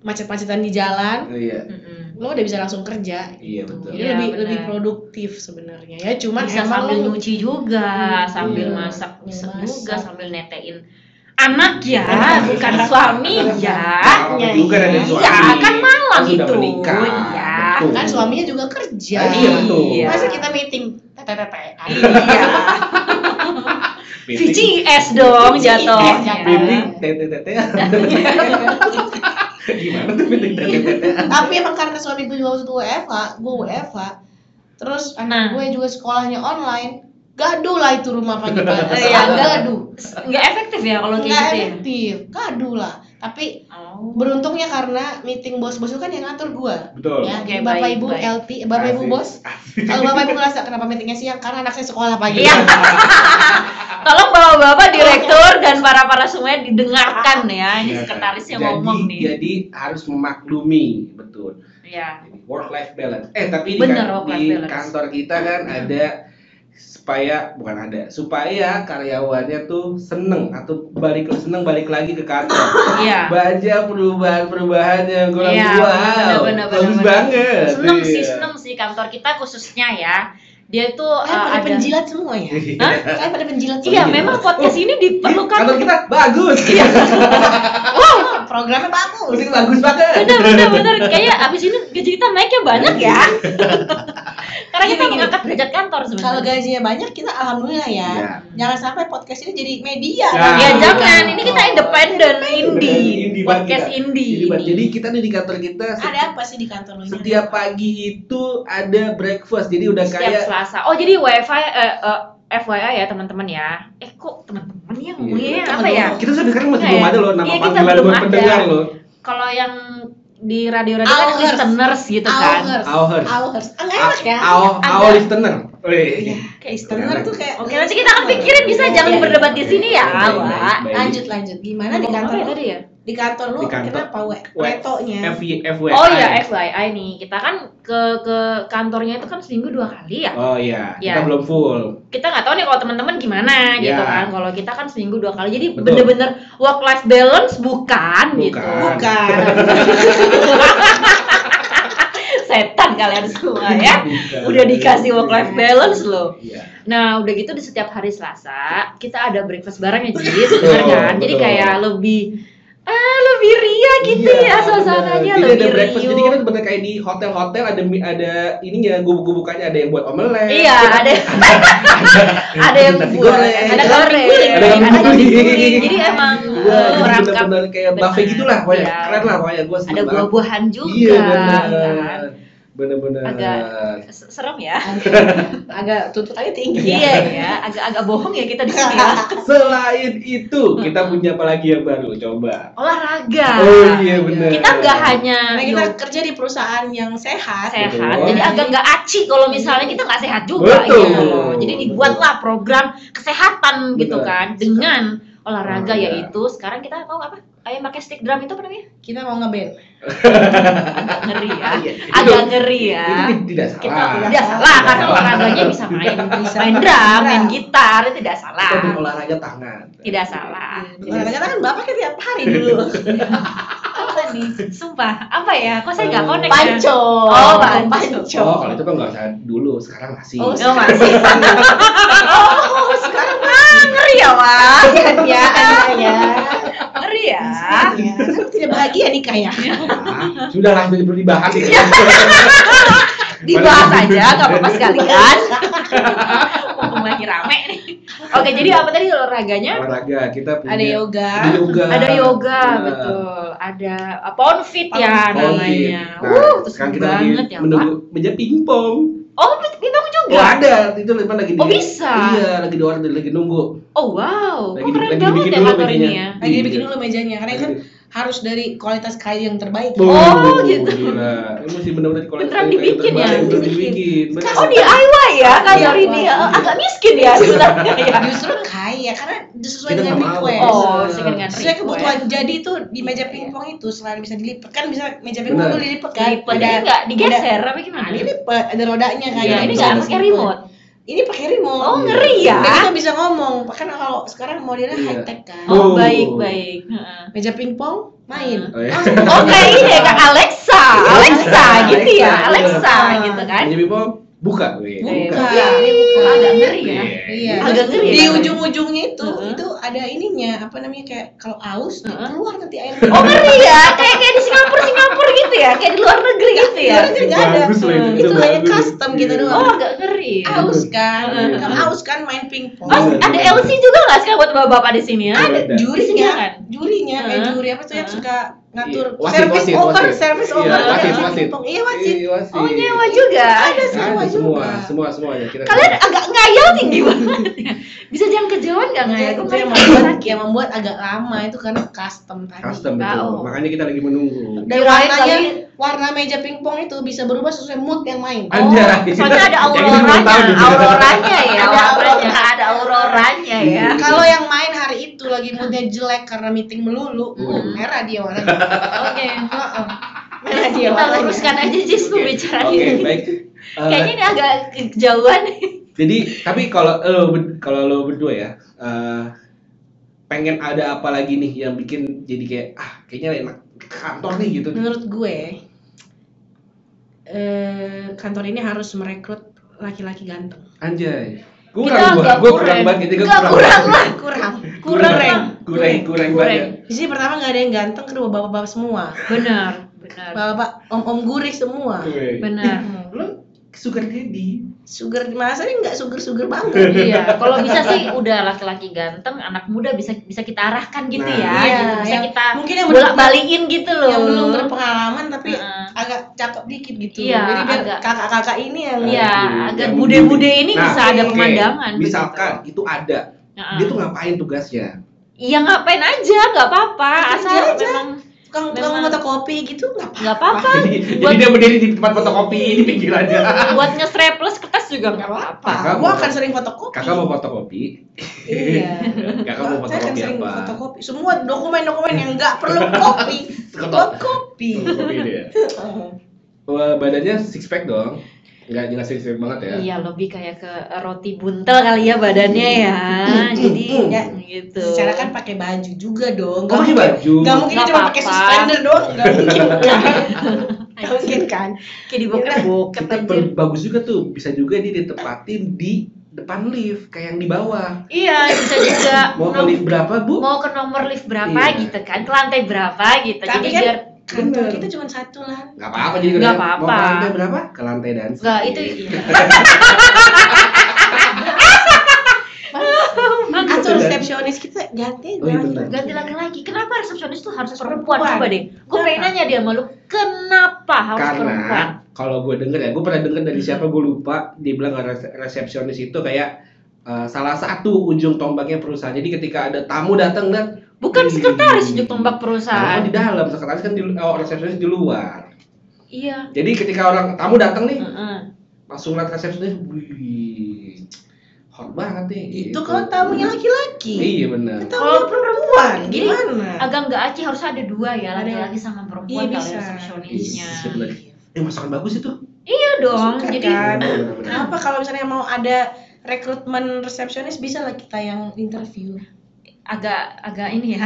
[SPEAKER 3] macet-macetan di jalan
[SPEAKER 2] Iya.
[SPEAKER 1] Mm-mm.
[SPEAKER 3] lo udah bisa langsung kerja
[SPEAKER 2] Iya,
[SPEAKER 3] gitu.
[SPEAKER 2] betul.
[SPEAKER 3] jadi
[SPEAKER 1] Iya,
[SPEAKER 3] lebih
[SPEAKER 1] benar.
[SPEAKER 3] lebih produktif sebenarnya ya cuman
[SPEAKER 1] bisa
[SPEAKER 3] emang
[SPEAKER 1] sambil
[SPEAKER 3] lo-
[SPEAKER 1] nyuci juga,
[SPEAKER 3] Hmm,
[SPEAKER 1] sambil
[SPEAKER 2] iya.
[SPEAKER 1] masak bisa
[SPEAKER 3] Sambil
[SPEAKER 1] juga,
[SPEAKER 3] masak.
[SPEAKER 1] sambil netein anak ya, bukan suami ya.
[SPEAKER 2] Apa juga dari
[SPEAKER 3] Iya,
[SPEAKER 2] suami.
[SPEAKER 1] kan malam
[SPEAKER 2] Kan sudah
[SPEAKER 1] itu.
[SPEAKER 2] menikah.
[SPEAKER 1] Iya.
[SPEAKER 2] Betul.
[SPEAKER 3] kan suaminya juga kerja
[SPEAKER 2] Ah, Iya betul.
[SPEAKER 1] Iya.
[SPEAKER 3] masa kita meeting tete
[SPEAKER 1] Iya.
[SPEAKER 2] Meeting-
[SPEAKER 1] VCS dong
[SPEAKER 3] VCS,
[SPEAKER 1] jatuhnya.
[SPEAKER 3] jatuh.
[SPEAKER 2] meeting TTTT. Gimana tuh meeting TTTT?
[SPEAKER 3] tapi emang karena suami gue juga waktu itu WFA gue WFA terus
[SPEAKER 1] Hmm. Nah.
[SPEAKER 3] anak gue juga sekolahnya online gaduh lah itu rumah pagi-pagi
[SPEAKER 1] Iya,
[SPEAKER 3] gaduh
[SPEAKER 1] Nggak efektif ya kalau kayak
[SPEAKER 3] nggak
[SPEAKER 1] gitu ya.
[SPEAKER 3] efektif gaduh lah tapi
[SPEAKER 1] Oh.
[SPEAKER 3] beruntungnya karena meeting bos-bos itu kan yang ngatur gue
[SPEAKER 2] Betul.
[SPEAKER 3] ya
[SPEAKER 1] Oke,
[SPEAKER 3] bapak
[SPEAKER 1] baik,
[SPEAKER 3] ibu
[SPEAKER 1] baik.
[SPEAKER 3] LT bapak ibu
[SPEAKER 2] Asik.
[SPEAKER 3] bos kalau bapak ibu ngerasa kenapa meetingnya siang karena anak saya sekolah pagi
[SPEAKER 1] Iya. Tolong bapak-bapak direktur dan para-para semuanya
[SPEAKER 3] Ah.
[SPEAKER 1] didengarkan ya. Ini
[SPEAKER 2] Iya.
[SPEAKER 1] sekretarisnya
[SPEAKER 2] Jadi- iya.
[SPEAKER 1] ngomong nih.
[SPEAKER 2] Jadi harus memaklumi, betul.
[SPEAKER 1] Iya.
[SPEAKER 2] Jadi work life balance. Eh tapi di,
[SPEAKER 1] Bener,
[SPEAKER 2] kan-
[SPEAKER 1] work life
[SPEAKER 2] di
[SPEAKER 1] balance.
[SPEAKER 2] kantor kita kan
[SPEAKER 1] Hmm.
[SPEAKER 2] ada supaya bukan ada supaya karyawannya tuh seneng atau balik seneng balik lagi ke kantor.
[SPEAKER 1] Iya.
[SPEAKER 2] Baca perubahan-perubahan yang gue
[SPEAKER 1] Iya,
[SPEAKER 2] lakukan. wow,
[SPEAKER 1] bener-bener,
[SPEAKER 2] bagus
[SPEAKER 1] bener-bener.
[SPEAKER 2] banget.
[SPEAKER 1] Seneng sih,
[SPEAKER 2] Iya.
[SPEAKER 1] seneng sih kantor kita khususnya ya. Dia itu
[SPEAKER 3] kalian
[SPEAKER 1] uh,
[SPEAKER 3] Kan pada
[SPEAKER 1] ada
[SPEAKER 3] penjilat semua ya
[SPEAKER 1] Hah?
[SPEAKER 3] kalian pada penjilat
[SPEAKER 1] Iya,
[SPEAKER 3] semua.
[SPEAKER 1] memang podcast ini
[SPEAKER 2] Oh,
[SPEAKER 1] diperlukan.
[SPEAKER 2] iya. Kantor kita bagus. Iya.
[SPEAKER 1] Oh!
[SPEAKER 3] programnya bagus
[SPEAKER 2] bagus banget.
[SPEAKER 1] Bener, bener, bener. Kayak abis ini gaji kita naiknya banyak ya. Karena kita
[SPEAKER 3] Gini, gini.
[SPEAKER 1] mengangkat derajat kantor
[SPEAKER 3] Iya, kalau
[SPEAKER 1] sebenarnya.
[SPEAKER 3] gajinya banyak kita alhamdulillah ya
[SPEAKER 2] Iya.
[SPEAKER 3] jangan sampai podcast ini jadi media
[SPEAKER 2] Ya.
[SPEAKER 1] Ya
[SPEAKER 2] Ah.
[SPEAKER 1] jangan, ini kita independen,
[SPEAKER 2] Indie
[SPEAKER 1] indie,
[SPEAKER 2] banget
[SPEAKER 1] podcast
[SPEAKER 2] kita.
[SPEAKER 1] indie.
[SPEAKER 2] Jadi,
[SPEAKER 1] ini.
[SPEAKER 2] jadi kita nih di kantor kita se-
[SPEAKER 3] ada apa sih di kantor lu ini?
[SPEAKER 2] setiap pagi itu ada breakfast. Jadi udah
[SPEAKER 1] setiap
[SPEAKER 2] kayak Iya.
[SPEAKER 1] Selasa. Oh jadi WFI, eh, eh, FYI ya teman-teman ya. Eh kok teman-teman ya ngomongnya
[SPEAKER 2] Iya.
[SPEAKER 1] ya, apa ya?
[SPEAKER 2] kita sampai sekarang masih
[SPEAKER 1] Iya,
[SPEAKER 2] belum
[SPEAKER 1] ya.
[SPEAKER 2] ada loh nama
[SPEAKER 1] Iya, kita
[SPEAKER 2] panggilan
[SPEAKER 1] belum
[SPEAKER 2] buat
[SPEAKER 1] ada.
[SPEAKER 2] pendengar loh.
[SPEAKER 1] Kalau yang di radio-radio kan
[SPEAKER 3] Hours.
[SPEAKER 1] listeners gitu kan.
[SPEAKER 3] hours
[SPEAKER 2] Hours. Ah,
[SPEAKER 3] hours enggak enak ya
[SPEAKER 2] Our,
[SPEAKER 1] Ada.
[SPEAKER 2] our listener. Wih.
[SPEAKER 3] Iya. kayak listener tuh kayak
[SPEAKER 1] Oke nanti kita akan pikirin bisa
[SPEAKER 3] Iya,
[SPEAKER 1] jangan
[SPEAKER 3] iya.
[SPEAKER 1] berdebat di sini ya,
[SPEAKER 2] Baik, baik,
[SPEAKER 1] Wak.
[SPEAKER 2] baik.
[SPEAKER 3] lanjut lanjut gimana di
[SPEAKER 1] Ngomong
[SPEAKER 3] kantor
[SPEAKER 1] apa ya
[SPEAKER 3] lu
[SPEAKER 1] tadi ya?
[SPEAKER 3] di kantor lu
[SPEAKER 2] Di kantor.
[SPEAKER 3] kenapa we
[SPEAKER 2] We-
[SPEAKER 3] wetonya
[SPEAKER 2] F F W.
[SPEAKER 1] Oh iya FYI nih, kita kan ke ke kantornya itu kan seminggu dua kali ya.
[SPEAKER 2] Oh iya, kita
[SPEAKER 1] Iya.
[SPEAKER 2] belum full.
[SPEAKER 1] Kita nggak tahu nih kalau teman-teman gimana gitu
[SPEAKER 2] Iya.
[SPEAKER 1] kan. Kalau kita kan seminggu dua kali, jadi
[SPEAKER 2] Betul.
[SPEAKER 1] bener-bener work life balance bukan, gitu.
[SPEAKER 2] Bukan.
[SPEAKER 3] bukan
[SPEAKER 1] Setan kalian semua ya.
[SPEAKER 2] Bukan.
[SPEAKER 1] Udah dikasih work life balance loh.
[SPEAKER 2] Iya.
[SPEAKER 1] Nah udah gitu di setiap hari Selasa kita ada breakfast bareng ya jadi sebenarnya
[SPEAKER 2] Betul,
[SPEAKER 1] kan. Jadi
[SPEAKER 2] betul.
[SPEAKER 1] kayak lebih ah lebih ria gitu
[SPEAKER 2] Iya,
[SPEAKER 1] ya suasananya
[SPEAKER 2] bener. Jadi
[SPEAKER 1] lebih
[SPEAKER 2] ada breakfast, jadi
[SPEAKER 1] riuh.
[SPEAKER 2] kita bener kayak di hotel-hotel ada mi- ada ininya gubuk-gubukannya ada yang buat omelet.
[SPEAKER 1] Iya, ada ada yang
[SPEAKER 2] Nasi
[SPEAKER 1] buat,
[SPEAKER 2] goreng. Ada
[SPEAKER 1] ada kambing goreng,
[SPEAKER 2] kambing
[SPEAKER 1] ada kambing
[SPEAKER 2] goreng.
[SPEAKER 1] goreng. Jadi emang
[SPEAKER 2] Iya,
[SPEAKER 1] eh,
[SPEAKER 2] jadi
[SPEAKER 1] merangkap
[SPEAKER 2] bener-bener kayak buffet
[SPEAKER 1] Bener.
[SPEAKER 2] gitulah, pokoknya
[SPEAKER 1] Iya.
[SPEAKER 2] keren lah pokoknya gue seneng
[SPEAKER 1] ada
[SPEAKER 2] banget.
[SPEAKER 1] buah-buahan juga.
[SPEAKER 2] Iya bener,
[SPEAKER 1] kan.
[SPEAKER 2] bener-bener.
[SPEAKER 1] Agak- S- Serem ya.
[SPEAKER 3] Agak- agak tuntutannya tinggi ya
[SPEAKER 1] Iya ya, agak-agak bohong ya kita di sini. ya.
[SPEAKER 2] Selain itu, kita punya apa lagi yang baru? Coba.
[SPEAKER 1] Olahraga.
[SPEAKER 2] Oh iya Nah, benar.
[SPEAKER 1] Kita nggak hanya
[SPEAKER 3] karena kita
[SPEAKER 1] yoga
[SPEAKER 3] kerja di perusahaan yang sehat
[SPEAKER 1] sehat,
[SPEAKER 2] Betul.
[SPEAKER 1] jadi agak nggak aci kalau misalnya kita nggak sehat
[SPEAKER 2] gitu.
[SPEAKER 1] juga
[SPEAKER 2] Betul.
[SPEAKER 1] gitu loh. Jadi
[SPEAKER 2] Betul.
[SPEAKER 1] dibuatlah program kesehatan gitu
[SPEAKER 2] Betul.
[SPEAKER 1] kan dengan
[SPEAKER 2] Olahraga.
[SPEAKER 1] olahraga yaitu sekarang kita mau apa? Ayo pakai stick drum itu apa namanya?
[SPEAKER 3] kita mau ngeband
[SPEAKER 1] Agak ngeri ya.
[SPEAKER 2] Iya.
[SPEAKER 1] Agak ngeri ya.
[SPEAKER 2] Itu tidak
[SPEAKER 1] Kita
[SPEAKER 2] salah.
[SPEAKER 1] tidak salah karena
[SPEAKER 2] Salah.
[SPEAKER 1] olahraganya bisa main
[SPEAKER 3] Bisa.
[SPEAKER 1] main Iya. drum, main gitar itu tidak salah.
[SPEAKER 2] Kita berolahraga tangan.
[SPEAKER 1] Tidak salah.
[SPEAKER 3] olahraga kan bapak kan tiap hari dulu apa nih
[SPEAKER 1] Sumpah, apa ya? Kok saya nggak
[SPEAKER 2] Eh,
[SPEAKER 1] connect? ya?
[SPEAKER 3] panco
[SPEAKER 1] Oh, panco.
[SPEAKER 2] Oh, kalau itu kan nggak usah dulu, sekarang masih.
[SPEAKER 3] Oh,
[SPEAKER 1] Oh, masih. oh, sekarang ah, ngeri ya, Wak.
[SPEAKER 3] ya ya
[SPEAKER 1] Ngeri ya.
[SPEAKER 3] ya Kan tidak bahagia nikah ya
[SPEAKER 2] Ah, Sudahlah, jadi perlu dibahas.
[SPEAKER 1] Iya,
[SPEAKER 2] Ya.
[SPEAKER 1] Dibahas aja, nggak apa-apa sekalian. Mumpung lagi rame nih. Oke, jadi apa tadi olahraganya?
[SPEAKER 2] Olahraga, kita punya.
[SPEAKER 3] ada yoga
[SPEAKER 2] Ada yoga.
[SPEAKER 1] Ada yoga,
[SPEAKER 2] Nah,
[SPEAKER 1] betul. Ada uh, pound fit
[SPEAKER 3] Pound
[SPEAKER 1] ya
[SPEAKER 2] Covid.
[SPEAKER 1] namanya.
[SPEAKER 2] Nah,
[SPEAKER 1] Wuh, itu
[SPEAKER 2] sekarang
[SPEAKER 1] seru
[SPEAKER 2] kita lagi
[SPEAKER 1] banget ya, Pak.
[SPEAKER 2] menunggu meja pingpong.
[SPEAKER 1] Oh, pit- bintang
[SPEAKER 2] Oh,
[SPEAKER 1] juga.
[SPEAKER 2] ada. Itu memang lagi di
[SPEAKER 1] Oh, bisa.
[SPEAKER 2] Iya, lagi di order, lagi nunggu.
[SPEAKER 1] Oh, wow.
[SPEAKER 2] Lagi
[SPEAKER 1] Kok
[SPEAKER 2] di-
[SPEAKER 1] keren
[SPEAKER 2] lagi
[SPEAKER 1] banget
[SPEAKER 2] dibikin
[SPEAKER 1] ya
[SPEAKER 2] dulu
[SPEAKER 1] kantor ini
[SPEAKER 2] mejanya.
[SPEAKER 1] ya.
[SPEAKER 3] lagi dibikin dulu mejanya karena kan harus dari kualitas kayu yang terbaik.
[SPEAKER 1] Tuh. Oh, gitu.
[SPEAKER 2] Gila. Ini mesti benar-benar di koleksi
[SPEAKER 1] Beneran
[SPEAKER 2] yang
[SPEAKER 1] dibikin ya?
[SPEAKER 2] terbaik, beneran
[SPEAKER 3] Dibikin.
[SPEAKER 2] dibikin. Bener.
[SPEAKER 1] Oh DIY ya kayu
[SPEAKER 3] Iya,
[SPEAKER 1] ini
[SPEAKER 3] iya.
[SPEAKER 1] agak miskin ya sebenarnya ya.
[SPEAKER 3] Justru kaya karena sesuai
[SPEAKER 2] Kita
[SPEAKER 3] dengan
[SPEAKER 2] nggak mau.
[SPEAKER 3] request.
[SPEAKER 1] Oh, sesuai dengan
[SPEAKER 3] sesuai kebutuhan
[SPEAKER 1] request.
[SPEAKER 3] jadi itu di meja pingpong itu selain bisa dilipat kan bisa meja
[SPEAKER 2] Benar.
[SPEAKER 3] pingpong dulu dilipat kan
[SPEAKER 1] Dilipet, Gitu. jadi nggak digeser apa gimana?
[SPEAKER 3] ada dilipat ada rodanya kan
[SPEAKER 1] Iya,
[SPEAKER 2] Iya,
[SPEAKER 1] ini
[SPEAKER 3] bisa
[SPEAKER 1] Nah, nggak
[SPEAKER 2] betul.
[SPEAKER 1] pakai
[SPEAKER 3] dilipet.
[SPEAKER 1] remote.
[SPEAKER 3] ini pakai remote
[SPEAKER 1] Oh ngeri ya.
[SPEAKER 3] dan kita bisa ngomong kan kalau sekarang modelnya
[SPEAKER 2] Iya.
[SPEAKER 3] high tech kan
[SPEAKER 2] Oh.
[SPEAKER 1] Oh baik baik. Heeh.
[SPEAKER 3] meja pingpong main
[SPEAKER 2] Oh, iya.
[SPEAKER 3] Langsung.
[SPEAKER 1] Oh kayak ini ya kak Alexa, Alexa
[SPEAKER 2] Alexa,
[SPEAKER 1] gitu ya,
[SPEAKER 2] Alexa.
[SPEAKER 1] Alexa gitu kan.
[SPEAKER 2] Jadi people buka. Wih.
[SPEAKER 3] Buka.
[SPEAKER 1] Iya, buka. Agak ngeri ya.
[SPEAKER 3] Iya.
[SPEAKER 1] Agak
[SPEAKER 3] Terus
[SPEAKER 1] ngeri
[SPEAKER 3] Di
[SPEAKER 1] ya. Ah.
[SPEAKER 3] ujung-ujungnya itu
[SPEAKER 1] Heeh.
[SPEAKER 3] itu ada ininya apa namanya kayak kalau aus
[SPEAKER 1] Heeh.
[SPEAKER 3] keluar nanti air.
[SPEAKER 1] Oh ngeri ya, kayak kayak di Singapura Singapura gitu ya, kayak di luar negeri gitu ya.
[SPEAKER 3] Luar negeri nggak ada.
[SPEAKER 2] Bagus loh itu,
[SPEAKER 3] Itu hanya
[SPEAKER 2] bagus.
[SPEAKER 3] custom gitu
[SPEAKER 2] Iya.
[SPEAKER 3] doang.
[SPEAKER 1] Oh agak ngeri. ya.
[SPEAKER 3] Aus kan,
[SPEAKER 1] Heeh.
[SPEAKER 3] kalau aus kan main pingpong.
[SPEAKER 1] Oh
[SPEAKER 2] Iya.
[SPEAKER 1] ada LC juga nggak sekarang buat bapak-bapak di sini ya?
[SPEAKER 2] Ada.
[SPEAKER 3] ada jurinya
[SPEAKER 1] Silakan.
[SPEAKER 3] jurinya kayak
[SPEAKER 1] Heeh.
[SPEAKER 3] juri eh, apa tuh yang
[SPEAKER 1] Heeh.
[SPEAKER 3] suka ngatur
[SPEAKER 2] Iya. Wasit,
[SPEAKER 3] service
[SPEAKER 2] wasit,
[SPEAKER 3] over
[SPEAKER 2] wasit.
[SPEAKER 3] service
[SPEAKER 2] Iya,
[SPEAKER 3] over ada
[SPEAKER 1] wasit,
[SPEAKER 3] orang
[SPEAKER 2] wasit.
[SPEAKER 3] pingpong. iya wasit
[SPEAKER 2] Iya, wasit.
[SPEAKER 1] Oh nyewa juga.
[SPEAKER 3] ada sewa
[SPEAKER 2] Ada semua,
[SPEAKER 3] juga
[SPEAKER 2] semua, semua ya. Kira
[SPEAKER 1] Kalian agak ngayal tinggi banget ya. Bisa jangan kejauhan nggak
[SPEAKER 3] Nah,
[SPEAKER 1] ngayal?
[SPEAKER 3] itu
[SPEAKER 1] Kemarin
[SPEAKER 3] yang
[SPEAKER 1] kemarin
[SPEAKER 3] membuat,
[SPEAKER 1] sakit.
[SPEAKER 3] yang membuat agak lama itu karena custom tadi. Iya,
[SPEAKER 2] custom
[SPEAKER 1] Ah,
[SPEAKER 2] betul.
[SPEAKER 1] oh.
[SPEAKER 2] Makanya kita lagi menunggu.
[SPEAKER 3] Dan
[SPEAKER 1] Kirain
[SPEAKER 3] warnanya,
[SPEAKER 1] lagi-
[SPEAKER 3] warna meja pingpong itu bisa berubah sesuai mood yang main.
[SPEAKER 2] Ah, Anjay.
[SPEAKER 1] Oh, soalnya ada
[SPEAKER 2] Yang ini belum
[SPEAKER 1] auroranya,
[SPEAKER 2] tahu nih.
[SPEAKER 1] auroranya ya,
[SPEAKER 3] Ada
[SPEAKER 1] warnanya
[SPEAKER 3] aurora.
[SPEAKER 1] ada auroranya ya.
[SPEAKER 2] Iya.
[SPEAKER 3] Kalau yang main hari itu lagi moodnya jelek karena meeting melulu, uh,
[SPEAKER 2] Hmm.
[SPEAKER 3] merah dia warnanya.
[SPEAKER 1] Oke.
[SPEAKER 3] Heeh. merah
[SPEAKER 1] Terus
[SPEAKER 3] dia
[SPEAKER 1] kita
[SPEAKER 3] warnanya.
[SPEAKER 1] luruskan aja Jis pembicaraan
[SPEAKER 2] Oke,
[SPEAKER 1] ini.
[SPEAKER 2] baik. Eh,
[SPEAKER 1] Kayaknya ini agak kejauhan.
[SPEAKER 2] Jadi tapi kalau lo berd- kalau lo berdua ya eh, pengen ada apa lagi nih yang bikin jadi kayak ah kayaknya enak ke kantor nih gitu.
[SPEAKER 1] Hmm.
[SPEAKER 3] Menurut gue, eh, kantor ini harus merekrut laki-laki ganteng.
[SPEAKER 2] Anjay.
[SPEAKER 1] Kita
[SPEAKER 2] Kurang gua,
[SPEAKER 1] nggak
[SPEAKER 2] gua kurang
[SPEAKER 1] kurang.
[SPEAKER 2] banget gitu gua
[SPEAKER 1] Nggak kurang lah.
[SPEAKER 3] Kurang.
[SPEAKER 2] Kurang, kurang, kurang banget.
[SPEAKER 3] Di sini pertama nggak ada yang ganteng, kedua bapak-bapak semua.
[SPEAKER 1] Benar, benar,
[SPEAKER 3] Bapak-bapak, om-om gurih semua.
[SPEAKER 2] Weh.
[SPEAKER 1] benar.
[SPEAKER 3] Hmm, Lu
[SPEAKER 2] Sugar daddy.
[SPEAKER 3] sugar masa ini nggak sugar-sugar banget.
[SPEAKER 1] Iya, kalau bisa sih udah laki-laki ganteng, anak muda bisa bisa kita arahkan gitu
[SPEAKER 2] Nah.
[SPEAKER 1] ya,
[SPEAKER 3] Iya,
[SPEAKER 1] gitu. bisa
[SPEAKER 3] yang-
[SPEAKER 1] kita
[SPEAKER 3] Mungkin yang belum
[SPEAKER 1] bolak-balikin gitu loh.
[SPEAKER 3] yang belum berpengalaman tapi
[SPEAKER 1] Heeh.
[SPEAKER 3] agak cakep dikit gitu.
[SPEAKER 1] Iya,
[SPEAKER 3] Jadi biar
[SPEAKER 1] agak.
[SPEAKER 3] kakak-kakak ini yang
[SPEAKER 1] Iya,
[SPEAKER 2] Yang
[SPEAKER 1] agak
[SPEAKER 2] yang
[SPEAKER 1] bude-bude
[SPEAKER 2] bude.
[SPEAKER 1] ini
[SPEAKER 2] ya Nah,
[SPEAKER 1] bisa ada
[SPEAKER 3] oke.
[SPEAKER 1] pemandangan. Ah.
[SPEAKER 2] Misalkan itu ada,
[SPEAKER 1] begitu. Heeh.
[SPEAKER 2] dia tuh ngapain tugasnya?
[SPEAKER 1] Iya ngapain aja, nggak apa-apa.
[SPEAKER 3] Ngapain
[SPEAKER 1] Asal
[SPEAKER 3] aja.
[SPEAKER 1] memang
[SPEAKER 3] tukang tukang
[SPEAKER 1] Memang.
[SPEAKER 3] fotokopi gitu nggak apa
[SPEAKER 1] nggak apa-apa.
[SPEAKER 2] Jadi, jadi
[SPEAKER 1] Buat-
[SPEAKER 2] dia berdiri di tempat fotokopi di pinggirannya.
[SPEAKER 1] Buat nge-strapless kertas juga
[SPEAKER 3] nggak
[SPEAKER 1] nggak apa-apa.
[SPEAKER 3] apa.
[SPEAKER 2] Kakak
[SPEAKER 3] Gua
[SPEAKER 2] mau-
[SPEAKER 3] akan sering fotokopi.
[SPEAKER 2] Kakak mau fotokopi?
[SPEAKER 3] Iya.
[SPEAKER 2] Kakak
[SPEAKER 3] Saya
[SPEAKER 2] mau
[SPEAKER 3] akan
[SPEAKER 2] fotokopi
[SPEAKER 3] sering
[SPEAKER 2] apa?
[SPEAKER 3] fotokopi. Semua dokumen-dokumen yang nggak perlu kopi, fotokopi.
[SPEAKER 2] Fotokopi dia.
[SPEAKER 1] Gitu.
[SPEAKER 2] Wah, badannya six pack dong. Enggak jelas six pack banget ya.
[SPEAKER 1] Iya lebih kayak ke roti buntel kali ya badannya ya.
[SPEAKER 2] Hmm,
[SPEAKER 1] Jadi
[SPEAKER 3] Ya,
[SPEAKER 1] gitu.
[SPEAKER 3] Secara kan pakai baju juga dong.
[SPEAKER 2] Oh, pakai
[SPEAKER 3] mungkin-
[SPEAKER 2] baju.
[SPEAKER 3] nggak mungkin
[SPEAKER 1] Nggak
[SPEAKER 3] cuma pakai
[SPEAKER 1] apa-apa.
[SPEAKER 3] suspender doang. Nggak mungkin. Nggak mungkin kan.
[SPEAKER 1] kayak dibokep-bokep
[SPEAKER 2] Kita
[SPEAKER 1] aja.
[SPEAKER 2] bagus juga tuh, bisa juga dia ditempatin di depan lift kayak yang di bawah.
[SPEAKER 1] Iya bisa juga.
[SPEAKER 2] Mau ke
[SPEAKER 1] nom-
[SPEAKER 2] lift berapa, Bu?
[SPEAKER 1] mau ke nomor lift berapa
[SPEAKER 2] Iya.
[SPEAKER 1] gitu kan, ke lantai berapa gitu.
[SPEAKER 3] Tapi
[SPEAKER 1] Jadi
[SPEAKER 3] kan-
[SPEAKER 1] biar
[SPEAKER 3] Kantor
[SPEAKER 2] Bener.
[SPEAKER 3] kita cuma satu lah.
[SPEAKER 2] Enggak apa-apa jadi kerja.
[SPEAKER 1] Nggak
[SPEAKER 2] Mau
[SPEAKER 1] apa-apa.
[SPEAKER 2] ke lantai berapa? Ke lantai dan.
[SPEAKER 1] nggak itu. iya.
[SPEAKER 3] Atau resepsionis kita ganti.
[SPEAKER 2] Oh, iya,
[SPEAKER 3] ganti.
[SPEAKER 2] bener.
[SPEAKER 1] Ganti lagi. Kenapa resepsionis tuh harus perempuan?
[SPEAKER 3] Perempuan.
[SPEAKER 1] Coba deh. Gue pengen
[SPEAKER 3] Kenapa?
[SPEAKER 1] nanya dia malu. Kenapa harus
[SPEAKER 2] Karena
[SPEAKER 1] perempuan?
[SPEAKER 2] kalau gue denger ya, gue pernah denger dari siapa gue lupa dia bilang rese- resepsionis itu kayak eh, salah satu ujung tombaknya perusahaan. Jadi ketika ada tamu datang dan
[SPEAKER 1] Bukan
[SPEAKER 2] Hmm.
[SPEAKER 1] sekretaris ujung tombak
[SPEAKER 2] taruh kan
[SPEAKER 1] perusahaan.
[SPEAKER 2] di dalam, sekretaris kan di oh, resepsionis di luar.
[SPEAKER 1] Iya.
[SPEAKER 2] Jadi ketika orang tamu datang nih,
[SPEAKER 1] Heeh.
[SPEAKER 2] langsung lihat resepsionis, wih, hot banget nih.
[SPEAKER 3] Itu
[SPEAKER 2] gitu.
[SPEAKER 3] kalau tamunya laki-laki.
[SPEAKER 2] Iya benar.
[SPEAKER 3] Tamunya perempuan.
[SPEAKER 1] Gini,
[SPEAKER 3] Gimana?
[SPEAKER 1] agak nggak aci harus ada dua ya
[SPEAKER 3] Ada.
[SPEAKER 1] laki-laki sama
[SPEAKER 3] Iya
[SPEAKER 1] perempuan kalau
[SPEAKER 3] bisa.
[SPEAKER 1] resepsionisnya
[SPEAKER 2] Iya, bener. Eh masakan bagus itu.
[SPEAKER 1] iya dong
[SPEAKER 3] Suka
[SPEAKER 1] jadi
[SPEAKER 3] kan?
[SPEAKER 2] Iya, Bener, bener.
[SPEAKER 3] Kenapa kalau misalnya mau ada rekrutmen resepsionis bisa lah kita yang interview.
[SPEAKER 1] agak agak ini ya